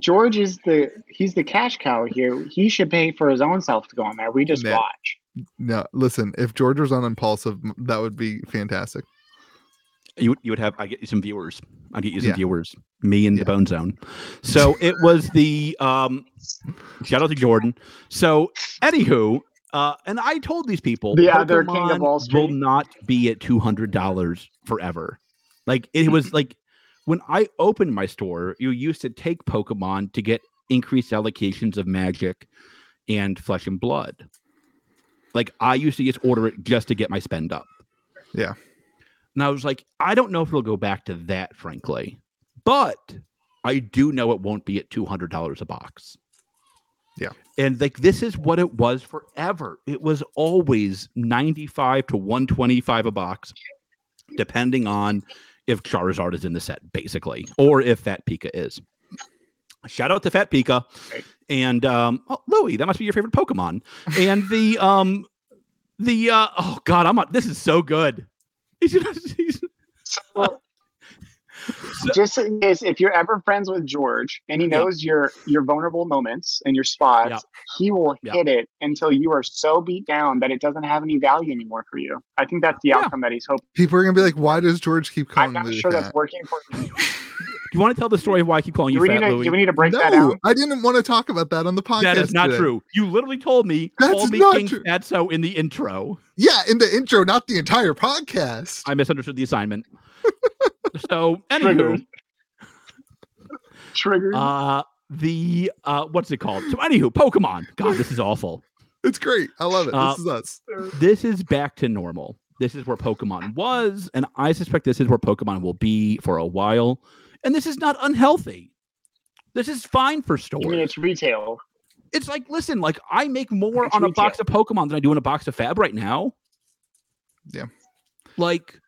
D: George is the he's the cash cow here. He should pay for his own self to go on there. We just
C: Nah.
D: watch.
C: No, listen. If George was on impulsive, m- that would be fantastic.
A: You would- you would have I get you some viewers. I get you some
C: Yeah.
A: viewers. Me and
C: Yeah.
A: the Bone Zone. So it was the um shout out to Jordan. So anywho, uh, and I told these people
D: The other king of
A: Pokemon
D: Wall
A: will
D: Street.
A: not be at two hundred dollars forever. Like it
D: Mm-hmm.
A: was like when I opened my store, you used to take Pokemon to get increased allocations of magic and flesh and blood. Like I used to just order it just to get my spend up.
C: Yeah.
A: And I was like, I don't know if we'll go back to that, frankly, but I do know it won't be at two hundred dollars a box.
C: Yeah.
A: And like this is what it was forever. It was always ninety-five to one twenty-five a box, depending on if Charizard is in the set, basically, or if Fat Pika is. Shout out to Fat Pika and um oh, Louis, that must be your favorite Pokemon. And the um the uh oh god, I'm not, this is so good. He's, he's-
D: Well, just in case, if you're ever friends with George and he
A: Yeah.
D: knows your your vulnerable moments and your spots,
A: Yeah.
D: he will
A: Yeah.
D: hit it until you are so beat down that it doesn't have any value anymore for you. I think that's the
A: Yeah.
D: outcome that he's hoping.
C: People are gonna be like, "Why does George keep
D: I'm
C: calling
D: not
C: me
D: sure
C: that?"
D: that's working for you.
A: you want to tell the story of why I keep calling
D: Do
A: you
D: we, need
A: Fat
D: to,
A: Louis?
D: do we need to break
C: no,
D: that out?
C: I didn't want to talk about that on the podcast.
A: that is not
C: today.
A: true. You literally told me
C: That's
A: call me
C: not
A: King
C: true.
A: Fatso in the intro.
C: Yeah, in the intro, not the entire podcast.
A: I misunderstood the assignment. so
D: Triggers.
A: anywho,
D: Triggered.
A: uh the uh what's it called? So anywho, Pokemon. God, this is awful.
C: It's great. I love it.
A: Uh,
C: this is us.
A: this is back to normal. This is where Pokemon was, and I suspect this is where Pokemon will be for a while. And this is not unhealthy. This is fine for
D: I mean,
A: stores.
D: it's retail.
A: It's like, listen, like I make more
D: It's
A: on a box of Pokemon than I do on a box of Fab right now.
C: Yeah.
A: Like,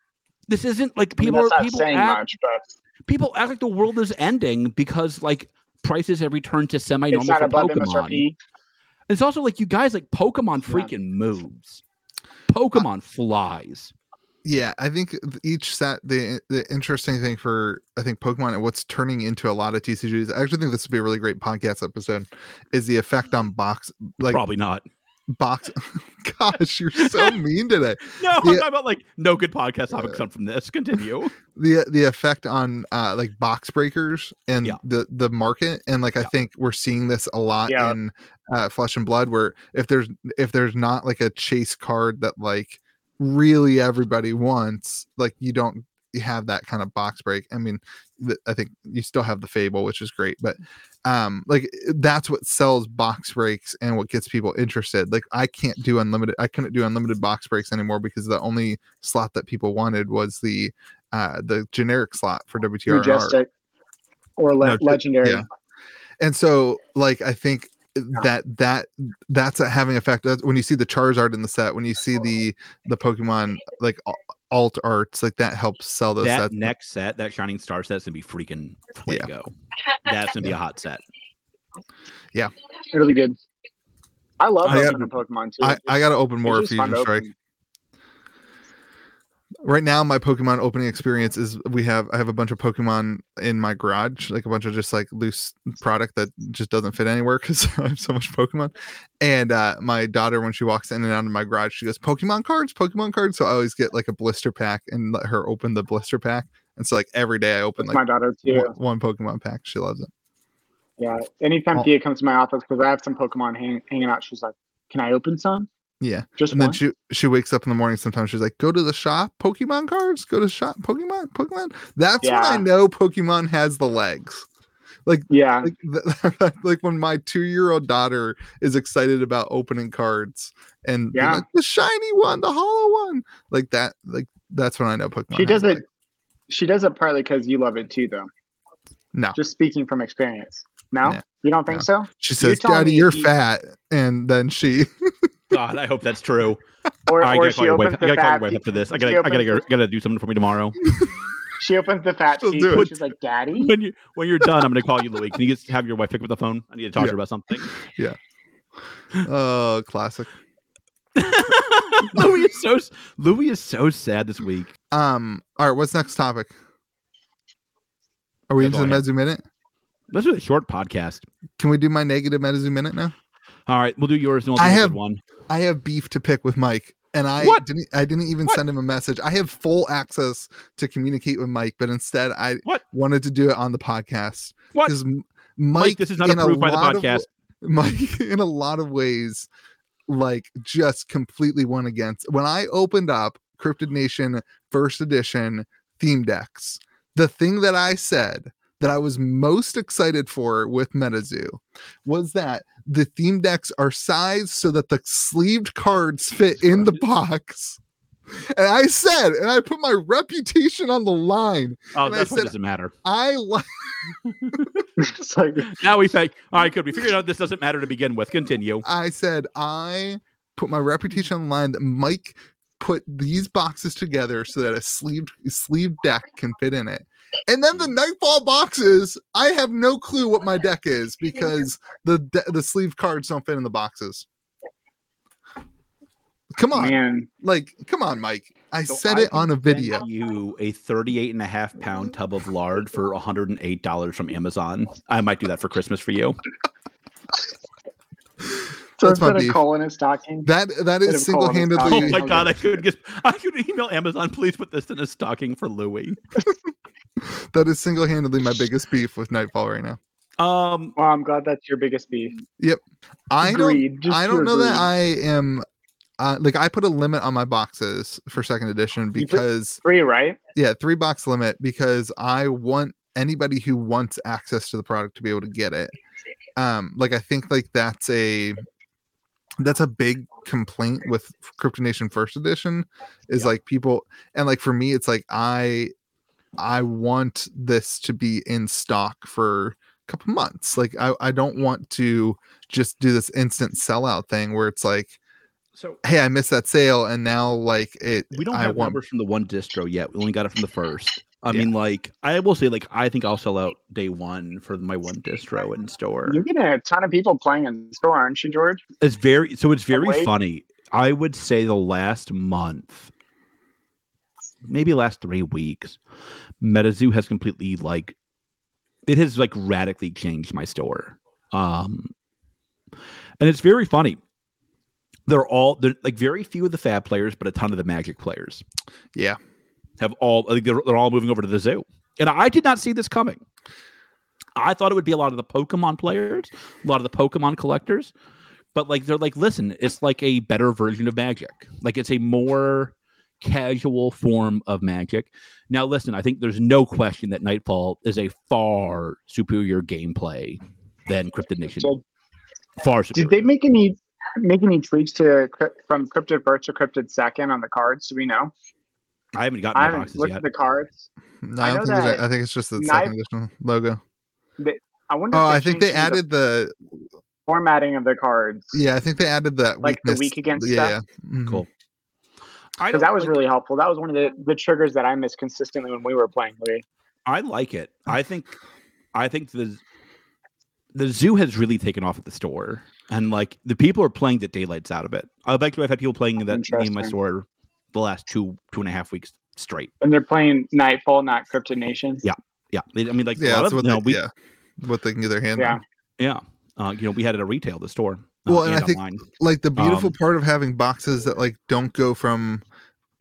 A: this isn't like
D: I mean,
A: people
D: that's
A: are
D: not
A: people
D: saying
A: act,
D: much, but
A: people act like the world is ending because like prices have returned to
D: it's
A: semi-normal
D: not
A: for
D: above
A: Pokemon.
D: MSRP.
A: It's also like you guys like Pokemon
D: Yeah.
A: freaking moves. Pokemon flies.
C: Yeah, I think th- each set the the interesting thing for I think Pokemon and what's turning into a lot of TCGs. I actually think this would be a really great podcast episode. Is the effect on box like
A: Probably not.
C: box? Gosh, you're so mean today.
A: No, I'm
C: Yeah.
A: talking about like no good podcast topics come from this. Continue.
C: the the effect on uh like box breakers and
A: Yeah.
C: the the market and like i
A: Yeah.
C: think we're seeing this a lot
D: Yeah.
C: in uh flesh and blood where if there's if there's not like a chase card that like really everybody wants like you don't have that kind of box break i mean th- i think you still have the fable which is great but
D: Mm-hmm.
C: um like that's what sells box breaks and what gets people interested like i can't do unlimited i couldn't do unlimited box breaks anymore because the only slot that people wanted was the uh the generic slot
D: Oh,
C: for WTR.
D: Majestic or le-
C: No, ju-
D: legendary.
C: yeah. And so like I think eh, that that that's a having effect that's when you see the Charizard in the set, when you see the
D: Oh.
C: the Pokemon like al- alt arts, like that helps sell those
A: that
C: sets.
A: next set, that Shining Star set's gonna be freaking fuego. That's gonna be a hot set.
D: It'll be good. I love
A: I
D: opening Pokemon too.
C: I, I gotta open
D: It's
C: more
D: just fun
C: Fusion
D: to open.
C: Strike. Right now my Pokemon opening experience is we have I have a bunch of Pokemon in my garage, like a bunch of just like loose product that just doesn't fit anywhere because I have so much Pokemon. And uh my daughter, when she walks in and out of my garage, she goes, Pokemon cards, Pokemon cards. So I always get like a blister pack and let her open the blister pack. And so like every day I open
D: With
C: like
D: my daughter too.
C: one, one Pokemon pack. She loves it.
D: Yeah. Anytime
C: Oh.
D: Thea comes to my office because I have some Pokemon hang- hanging out, she's like, "Can I open some?
C: Yeah.
D: Just
C: And
D: one."
C: then she she wakes up in the morning sometimes she's like, go to the shop, Pokemon cards, go to shop, Pokemon, Pokemon. That's when I
D: Yeah.
C: know Pokemon has the legs.
D: yeah.
C: Like, th- like when my two year old daughter is excited about opening cards and being
D: Yeah.
C: like, the shiny one, the hollow one. Like that, like that's when I know Pokemon.
D: She
C: has
D: does it.
C: legs.
D: She does it partly because you love it too, though.
C: No.
D: Just speaking from experience. No,
C: No.
D: you don't think
C: No.
D: so?
C: She
D: You're
C: says,
D: telling
C: Daddy,
D: me
C: you're
D: he-
C: fat. And then she
A: God, I hope that's true.
D: Or,
A: I
D: or
A: gotta call
D: she
A: your wife.
D: opens
A: I gotta
D: the
A: call your
D: fat.
A: wife
D: She,
A: after this. I
D: she
A: gotta I gotta
D: opens-
A: go- gotta do something for me tomorrow.
D: opens the fat
C: She'll
D: sheet
C: do
D: and
C: it.
D: she's like, "Daddy."
A: when you when you're done, I'm gonna call you, Louis. Can you just have your wife pick up the phone? I need to talk to
C: Yeah.
A: her about something.
C: oh classic.
A: Louis is so Louis is so sad this week.
C: Um, all right, what's next topic? Are we
A: That's
C: into
A: all
C: the
A: I have.
C: Mezu Minute?
A: This is a short podcast.
C: Can we do my negative Mezu Minute now?
A: All right, we'll do yours. And we'll do
C: I
A: a good
C: have-
A: one.
C: I have beef to pick with Mike, and I
A: What?
C: didn't. I didn't even
A: What?
C: send him a message. I have full access to communicate with Mike, but instead, I
A: What?
C: wanted to do it on the podcast.
A: What?
C: Because Mike,
A: Mike, this is not
C: in a
A: approved by the
C: lot of-
A: podcast.
C: Mike, in a lot of ways, like just completely went against. When I opened up Cryptid Nation First Edition theme decks, the thing that I said that I was most excited for with MetaZoo was that the theme decks are sized so that the sleeved cards fit in the box. And I said, and I put my reputation on the line.
A: Oh,
C: And I
A: that's what
C: said-
A: doesn't matter.
C: I like
D: it's like,
A: Now we say, all right, good. We figured out this doesn't matter to begin with. Continue.
C: I said I put
D: Mm.
C: my reputation on the line that Mike put these boxes together so that a sleeved sleeve deck can fit in it. And then the
D: Mm.
C: nightfall boxes, I have no clue what my deck is because the de- the sleeve cards don't fit in the boxes. Come on,
D: man,
C: like come on, Mike. I
A: So
C: said
A: I
C: it on a
A: Sent
C: video.
A: You a 38 and a half pound tub of lard for 108 dollars from Amazon. I might do that for Christmas for you.
D: so
C: That's my
D: instead
C: beef.
D: of coal in his stocking,
C: That that
D: Instead
C: is
D: of calling him
C: single-handedly
A: Oh
D: Okay,
A: my
D: okay.
A: god, I could just I could email Amazon. Please put this in a stocking for Louis.
C: that is single-handedly my biggest beef with Nightfall right now.
A: Um,
D: well, I'm glad that's your biggest beef.
C: I don't
D: Greed, just
C: I don't
D: pure
C: know that
D: greed.
C: I am. Uh, like I put a limit on my boxes for second edition
D: put-
C: because
D: Free, right?
C: yeah, three box limit because I want anybody who wants access to the product to be able to get it. Um, like I think like that's a that's a big complaint with Cryptonation First Edition is like people and like for me it's like I I want this to be in stock for a couple months. Like I I don't want to just do this instant sellout thing where it's like
A: So
C: hey I missed that sale and now like it
A: we don't
C: I
A: have
C: want
A: numbers from the one distro yet. We only got it from the first. I
C: Yeah.
A: mean, like I will say, like I think I'll sell out day one for my one distro in store.
D: You're getting a ton of people playing in the store, aren't you, George?
A: It's very so. It's very
D: wait.
A: funny. I would say the last month, maybe last three weeks, MetaZoo has completely like it has like radically changed my store. Um, and it's very funny. They're all they're like very few of the Fab players, but a ton of the Magic players.
C: Yeah.
A: have all like, they're, they're all moving over to the zoo, and I did not see this coming. I thought it would be a lot of the Pokemon players, a lot of the Pokemon collectors but like they're like listen it's like a better version of magic like it's a more casual form of magic now listen i think there's no question that nightfall is a far superior gameplay than cryptid nation
D: So
A: far superior
D: did they make any make any tweaks to crypt- from cryptid first to cryptid second on the cards? Do we know?
A: i haven't gotten
D: I
A: my
D: haven't
A: boxes
D: looked
A: yet
D: at the cards.
C: no,
D: I
C: I, don't
D: know
C: think there's a-
D: that
C: I think it's just the
D: knife-
C: second edition logo.
D: I wonder.
C: Oh,
D: if
C: I think they
D: changed some of
C: added the
D: the formatting of the cards.
C: Yeah, I think they added that
D: Like the
C: weakness-
D: weak against
C: Yeah,
D: stuff?
C: yeah. Mhm.
A: Cool. I,
D: because
A: don't
D: that was
A: like-
D: really helpful. That was one of the, the triggers that I missed consistently when we were playing. Louis.
A: I like it i think i think the the zoo has really taken off at the store and like the people are playing the daylights out of it i've actually i've had people playing that game in my
D: Interesting.
A: store the last two two and a half weeks straight
D: And they're playing Nightfall, not Cryptid Nation.
A: Yeah. Yeah, they- I mean, like,
C: Yeah,
A: yeah,
C: that's
A: of,
C: what
A: you know,
C: they,
A: we, yeah,
C: yeah, what they can get their hand
D: Yeah.
C: on.
A: uh, you know, we had it at retail, the store. Uh,
C: Well, and I think-
A: online.
C: Like the beautiful
A: Um,
C: part of having boxes that like don't go from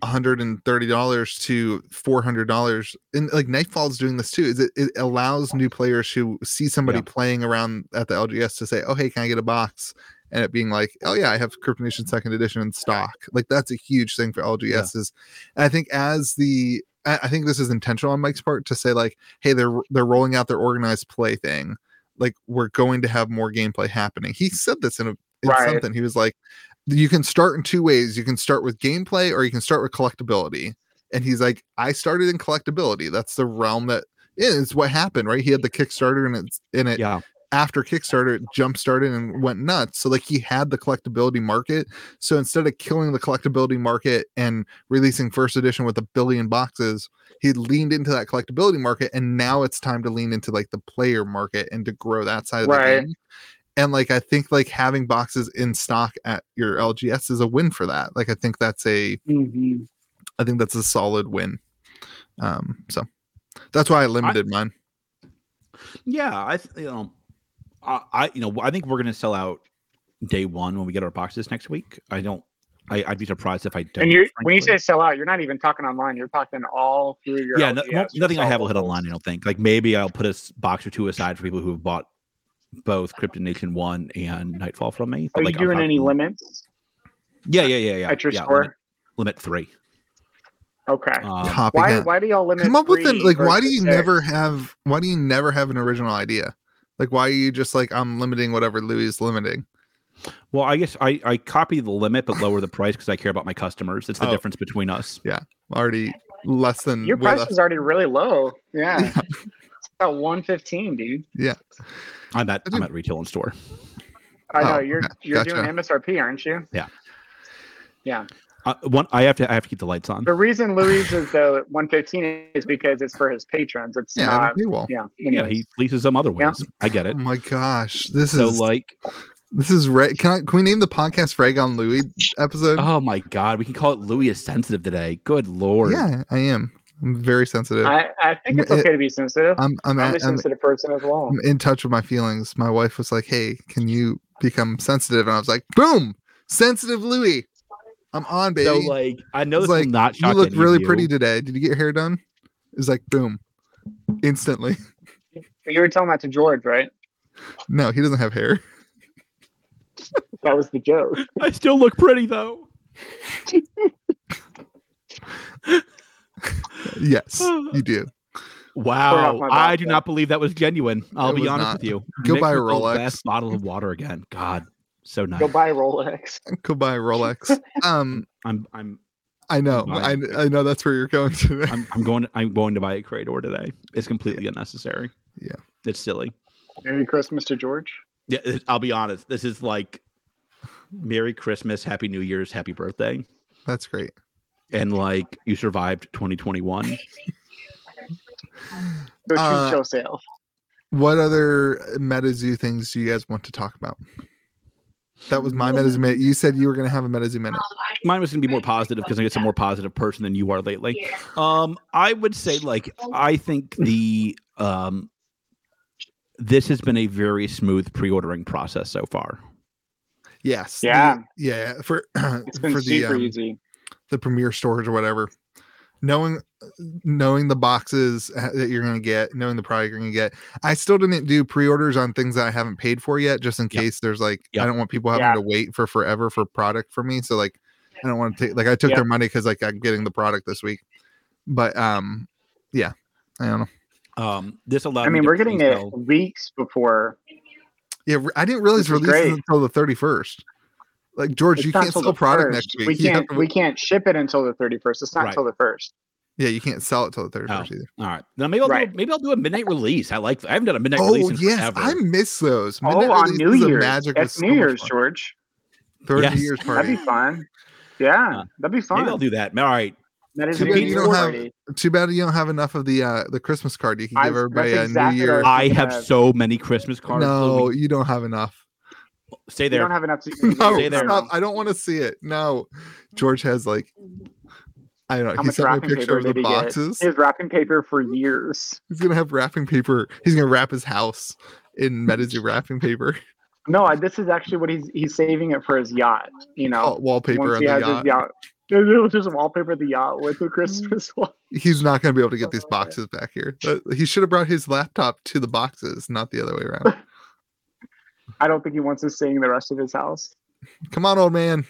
C: hundred and thirty dollars to four hundred dollars, and like Nightfall's doing this too. Is it, it allows new players who see somebody
A: Yeah.
C: playing around at the LGS to say, "Oh, hey, can I get a box?" And it being like, "Oh yeah, I have Cryptonation Second Edition in stock." Like that's a huge thing for LGSs. And I think as the I I think this is intentional on Mike's part to say like, hey, they're they're rolling out their organized play thing. Like we're going to have more gameplay happening. He said this in a in
D: Right.
C: something. He was like, you can start in two ways. You can start with gameplay or you can start with collectability. And he's like, I started in collectability. That's the realm that is what happened, right? He had the Kickstarter and it's in it
A: yeah,
C: after Kickstarter it jump started and went nuts. So like he had the collectability market. So instead of killing the collectability market and releasing first edition with a billion boxes, he leaned into that collectability market and now it's time to lean into like the player market and to grow that side of
D: Right.
C: the game. And like I think like having boxes in stock at your LGS is a win for that. Like I think that's a
D: Mhm.
C: I think that's a solid win. Um so that's why I limited mine.
A: yeah. I, th- you know, I, I, you know, I think we're gonna sell out day one when we get our boxes next week. I don't. I, I'd be surprised if I don't.
D: And you, when you
A: frankly.
D: say sell out, you're not even talking online. You're talking all through your.
A: yeah, no,
D: LGS
A: no- nothing I have will hit
D: yourself.
A: online. I don't think. Like maybe I'll put a s- box or two aside for people who have bought both Cryptid Nation One and Nightfall from me.
D: Are
A: like,
D: you
A: I'll
D: doing
A: have
D: any
A: them-
D: limits
A: Yeah, yeah, yeah, yeah.
D: at your
A: yeah,
D: store?
A: Limit, limit three.
D: Okay.
A: Um,
C: Copy
D: why?
C: that.
D: Why do y'all limit?
C: come up with an
D: three
C: like why do
D: versus
C: you
D: six?
C: never have why do you never have an original idea like why are you just like i'm limiting whatever louis is limiting
A: Well, I guess I, I copy the limit but lower the price because I care about my customers. It's the
C: Oh.
A: difference between us.
C: already less than uh,
D: Your
C: way
D: price
C: less-
D: is already really low. Yeah. it's about one fifteen, dude.
A: I'm at
C: I
A: I'm
C: do.
A: at retail and store.
D: I know
C: Oh,
D: you're
C: okay.
D: you're
C: Gotcha.
D: doing MSRP, aren't you?
A: Uh, one I have to I have to keep the lights on.
D: The reason Louis is though one fifteen is because it's for his patrons. It's
C: yeah,
D: not.
C: have a paywall.
D: Yeah.
A: Yeah,
D: anyways.
A: he leases them other
D: Yeah.
A: ways. I get
C: oh
A: it.
C: my gosh this
A: So
C: is
A: like,
C: this is right can, I, can we name the podcast rag on louis episode
A: oh my god, we can call it Louis is sensitive today. Good lord.
C: yeah i am i'm very sensitive I,
D: I, I think it's
C: It-
D: okay to be sensitive.
C: am i'm,
D: I'm
C: at-
D: a
C: I'm,
D: sensitive person as well.
C: I'm in touch with my feelings my wife was like hey can you become sensitive and i was like boom sensitive louis i'm on baby
A: So like, I know
C: It's
A: this
C: like,
A: will not shock
C: you look
A: any of
C: really
A: you.
C: pretty today. Did you get your hair done? It's like boom, instantly.
D: You were telling that to George, right?
C: No, he doesn't have hair.
D: That was the joke.
A: I still look pretty though.
C: Yes, you do.
A: Wow,
D: my
A: I do
D: backpack.
A: not believe that was genuine. I'll
C: It
A: be
C: was
A: honest
C: not.
A: with you.
C: Go
A: Mixed
C: buy a
A: with the
C: Rolex.
A: Last bottle of water again. God So nice.
D: Go buy Rolex.
C: Go buy Rolex. Um,
A: I'm I'm
C: I know, I,
A: Mine.
C: I know that's where you're going to.
A: I'm I'm going I'm going to buy a Krator today. It's completely unnecessary.
C: Yeah.
A: It's silly.
D: Merry Christmas to George.
A: Yeah, it- I'll be honest. This is like Merry Christmas, Happy New Year's, Happy Birthday.
C: That's great.
A: And like you survived 2021.
D: Go treat
C: Uh,
D: yourself.
C: What other MetaZoo things do you guys want to talk about? That was my MetaZoo minute. You said you were going to have a MetaZoo minute.
A: Mine was gonna be more positive because I get some more positive person than you are lately. Um, I would say like I think the um this has been a very smooth pre-ordering process so far.
C: Yes. the-
D: Yeah.
C: yeah. For
D: It's been
C: for the
D: super
C: um,
D: easy.
C: the premiere stores or whatever, knowing knowing the boxes uh, that you're going to get, knowing the product you're going to get. I still didn't do pre-orders on things that I haven't paid for yet, just in
A: Yep.
C: case there's like
A: Yep.
C: I don't want people having
D: Yeah.
C: to wait for forever for product for me. So like I don't want to take like I took
D: Yep.
C: their money because like I'm getting the product this week, but um yeah, I don't know.
A: Um, this allowed.
D: I
A: me
D: mean,
A: to
D: we're getting it
A: pre-sell-
D: weeks before
C: Yeah, re- I didn't realize
D: This is
C: releases
D: great.
C: until the 31st. Like George,
D: It's
C: you
D: not
C: can't
D: till
C: sell
D: the
C: product
D: first.
C: next week.
D: We
C: You have
D: can't
C: to-
D: we can't ship it until the thirty first. It's not
A: Right.
D: till the first.
C: yeah, you can't sell it till the 31st either.
A: All right. Now maybe I'll do a,
D: Right.
A: maybe I'll do a midnight release. I like I haven't done a midnight
C: Oh
A: release in
C: yes,
A: forever.
C: I miss those.
D: Oh,
C: Midnight
D: on
C: releases
D: New
C: of
D: Year's.
C: Magic was
D: That's
C: so
D: New
C: much
D: Year's,
C: fun.
D: George.
C: Thirty
A: Yes.
C: years
D: That'd
C: party.
D: be fun. Yeah,
A: Uh,
D: that'd be
A: Maybe I'll
D: fun.
A: do that. All right.
D: That is
A: Too
D: a
A: bad
D: big
A: you
C: don't have-
D: already.
C: Too bad you don't have enough of the uh the Christmas card. You can
D: I-
C: give everybody
D: that's
C: a
D: exactly
C: New
D: what I
C: Year.
D: was-
A: I have
D: Uh,
A: so many Christmas cards.
C: No,
A: Louis.
C: you don't have enough.
A: stay
D: You
A: there.
D: don't have enough. To
C: No,
A: Stay there.
C: Oh, stop. I don't want to see it. No, George has like I don't know.
D: How
C: he
D: much
C: sent me a
D: wrapping
C: picture
D: paper
C: of the
D: did he get?
C: boxes.
D: His wrapping paper for years.
C: He's gonna have wrapping paper. He's gonna wrap his house in MetaZoo wrapping paper.
D: No, I- this is actually what he's he's saving it for his yacht. You
C: Oh,
D: know,
C: wallpaper
D: once
C: on
D: he
C: the
D: has
C: yacht. Mm.
D: his yacht. It'll Just wallpaper the yacht with the Christmas one.
C: He's not gonna be able to get
D: Something
C: these
D: like that.
C: boxes back here. But he should have brought his laptop to the boxes, not the other way around.
D: I don't think he wants us seeing the rest of his house.
C: Come on, old man.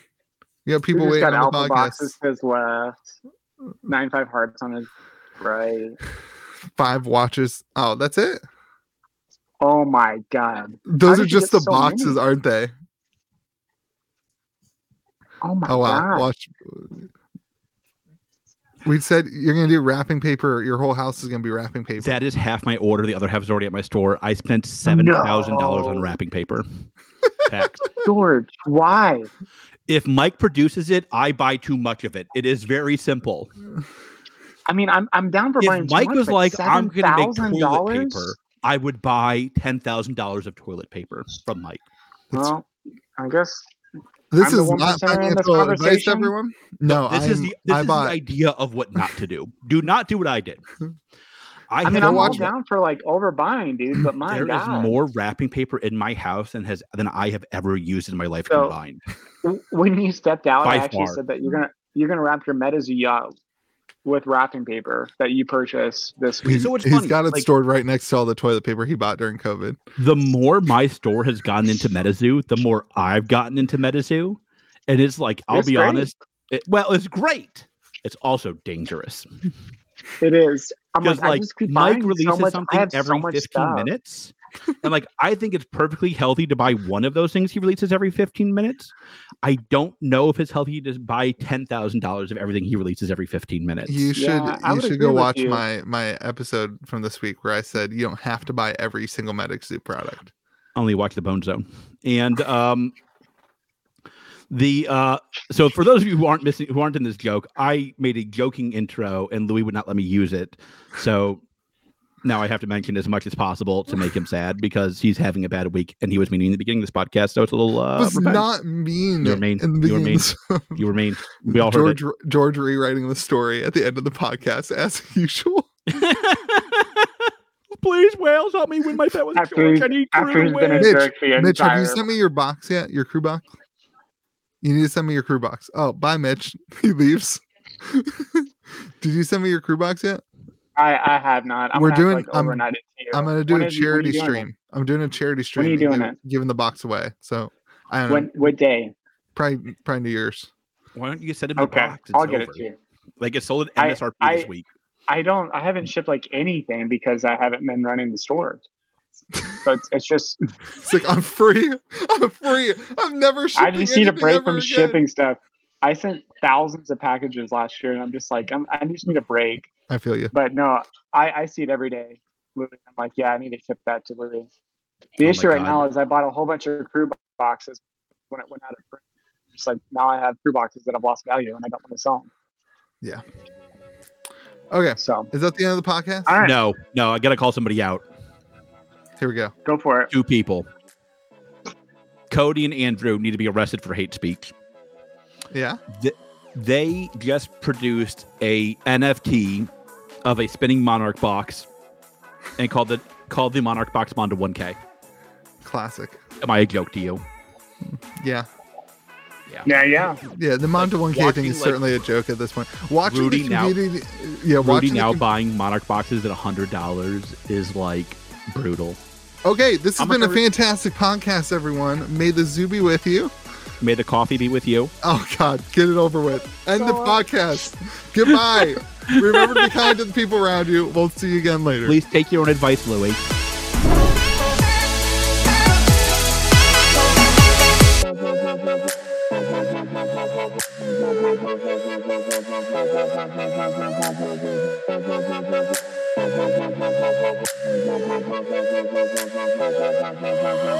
C: You got
D: He
C: people
D: just
C: waiting
D: got
C: on the
D: alpha
C: podcast.
D: boxes to his left, nine five hearts on his right.
C: Five watches. Oh, that's it.
D: Oh my god!
C: Those
D: did
C: are
D: you
C: just
D: get
C: the
D: so many?
C: boxes, aren't they?
D: Oh my
C: Oh wow.
D: god!
C: Watch. We said you're gonna do wrapping paper. Your whole house is gonna be wrapping paper.
A: That is half my order. The other half is already at my store. I spent seven thousand dollars on
D: No.
A: wrapping paper. Fact.
D: George, why?
A: if Mike produces it, I buy too much of it. It is very simple.
D: I mean, I'm I'm down for buying.
A: If
D: too
A: Mike
D: much,
A: was
D: but
A: like, "I'm going to make toilet
D: $7,000?
A: paper," I would buy ten thousand dollars of toilet paper from Mike.
D: Well, I guess
C: this
D: I'm the
C: is
D: one
C: not
D: percenter in this
C: financial advice,
D: conversation?
C: everyone. No,
A: this is
C: I'm-
A: the this
C: I
A: is
C: bought.
A: the idea of what not to do. Do not do what I did.
D: I
A: had
D: mean
C: go
D: I'm all
C: watch it.
D: down for like overbuying, dude. But my
A: There is
D: god,
A: more wrapping paper in my house than has than I have ever used in my life
D: So-
A: combined.
D: W- when you stepped out,
A: By
D: I actually
A: far.
D: said that you're gonna you're gonna wrap your metas yacht with wrapping paper that you purchased this week.
C: He's,
A: So it's
C: he's
A: funny,
C: got it
A: like-
C: stored right next to all the toilet paper he bought during COVID.
A: The more my store has gotten into MetaZoo, the more I've gotten into MetaZoo, and it's like I'll
D: It's
A: be
D: great.
A: honest. It, well, it's great. It's also dangerous
D: It is. I'm
A: because
D: like, I
A: like,
D: just keep
A: Mike
D: buying so
A: releases
D: much. I
A: something
D: have so
A: every
D: much
A: fifteen
D: stuff.
A: minutes, and like I think it's perfectly healthy to buy one of those things he releases every fifteen minutes. I don't know if it's healthy to buy ten thousand dollars of everything he releases every fifteen minutes.
C: You should
D: Yeah, I
C: you
D: would
C: should
D: agree
C: go
D: with
C: watch
D: you.
C: my my episode from this week where I said you don't have to buy every single Medic Soup product.
A: only watch the bone zone and um the uh so for those of you who aren't missing who aren't in this joke i made a joking intro and louis would not let me use it so now i have to mention as much as possible to make him sad because he's having a bad week and he was meaning in the beginning of this podcast so it's a little uh
C: was
A: revenge.
C: not mean.
A: You were mean.
C: in the
A: You were
C: beginning of
A: you remain
C: this-
A: we all heard
C: George George rewriting the story at the end of the podcast as usual.
A: it. please whales help me win my bet with
D: After
A: george
D: he's-
A: i need
D: After
A: crew
D: he's been a
A: wins.
C: Mitch,
D: jerk for your
C: Mitch, have
D: entire
C: you sent me your box yet? Your crew box? You need to send me your crew box. Oh, bye, Mitch. He leaves. Did you send me your crew box yet?
D: I, I have not. I'm
C: We're
D: gonna have to,
C: doing-
D: Like,
C: I'm-
D: overnight it to you.
C: I'm gonna do
D: When
C: a
D: have you- when are
C: charity
D: you doing
C: stream. I'm doing a charity stream.
D: When are you
C: and
D: doing
C: giving- Giving the box away. So I don't
D: it?
C: know.
D: When what day?
C: Probably probably New Year's.
A: why don't you send him the
D: Okay,
A: box
D: I'll
A: It's
D: get
A: over.
D: it to you.
A: like it's sold at
D: I-
A: msrp this
D: I-
A: week
D: I don't. I haven't shipped like anything because I haven't been running the store.
E: Yes.
D: So it's, it's just
C: It's like I'm free. I'm free. I'm never shipping.
D: I just need a
C: anything
D: break
C: ever
D: from
C: again."
D: shipping stuff. I sent thousands of packages last year, and I'm just like, I'm, I just need a break.
C: I feel you.
D: But no, I, I see it every day. Louis. I'm like, yeah, I need to ship that to Louis.
A: Oh
D: The
A: my
D: issue right
A: God.
D: now is I bought a whole bunch of crew boxes when it went out of print. Just like now, I have crew boxes that have lost value, and I don't want to sell them.
C: Okay.
D: So
C: Is that the end of the podcast?
D: All right.
A: No, no, I gotta call somebody out.
C: Here we go.
D: go for it.
A: Two people. Cody and Andrew need to be arrested for hate speech.
C: Yeah.
A: They just produced a NFT of a spinning monarch box and called the called the monarch box Mondo 1K.
C: Classic.
A: Am I a joke to you?
C: Yeah.
E: Yeah, yeah.
C: Yeah. The Mondo 1K thing
A: watching,
C: is
A: like,
C: certainly a joke at this point. Watching
A: Rudy
C: the
A: now-
C: community. yeah.
A: Rudy
C: Watching the
A: now
C: com-
A: buying monarch boxes at hundred dollars is like brutal.
C: okay. This has
A: I'm
C: been a
A: gonna re-
C: fantastic podcast, everyone. May the zoo be with you.
A: May the coffee be with you.
C: Oh God, get it over with. End the podcast. Goodbye. Remember to be kind to the people around you. We'll see you again later.
A: Please take your own advice, Louis.
F: Thank you.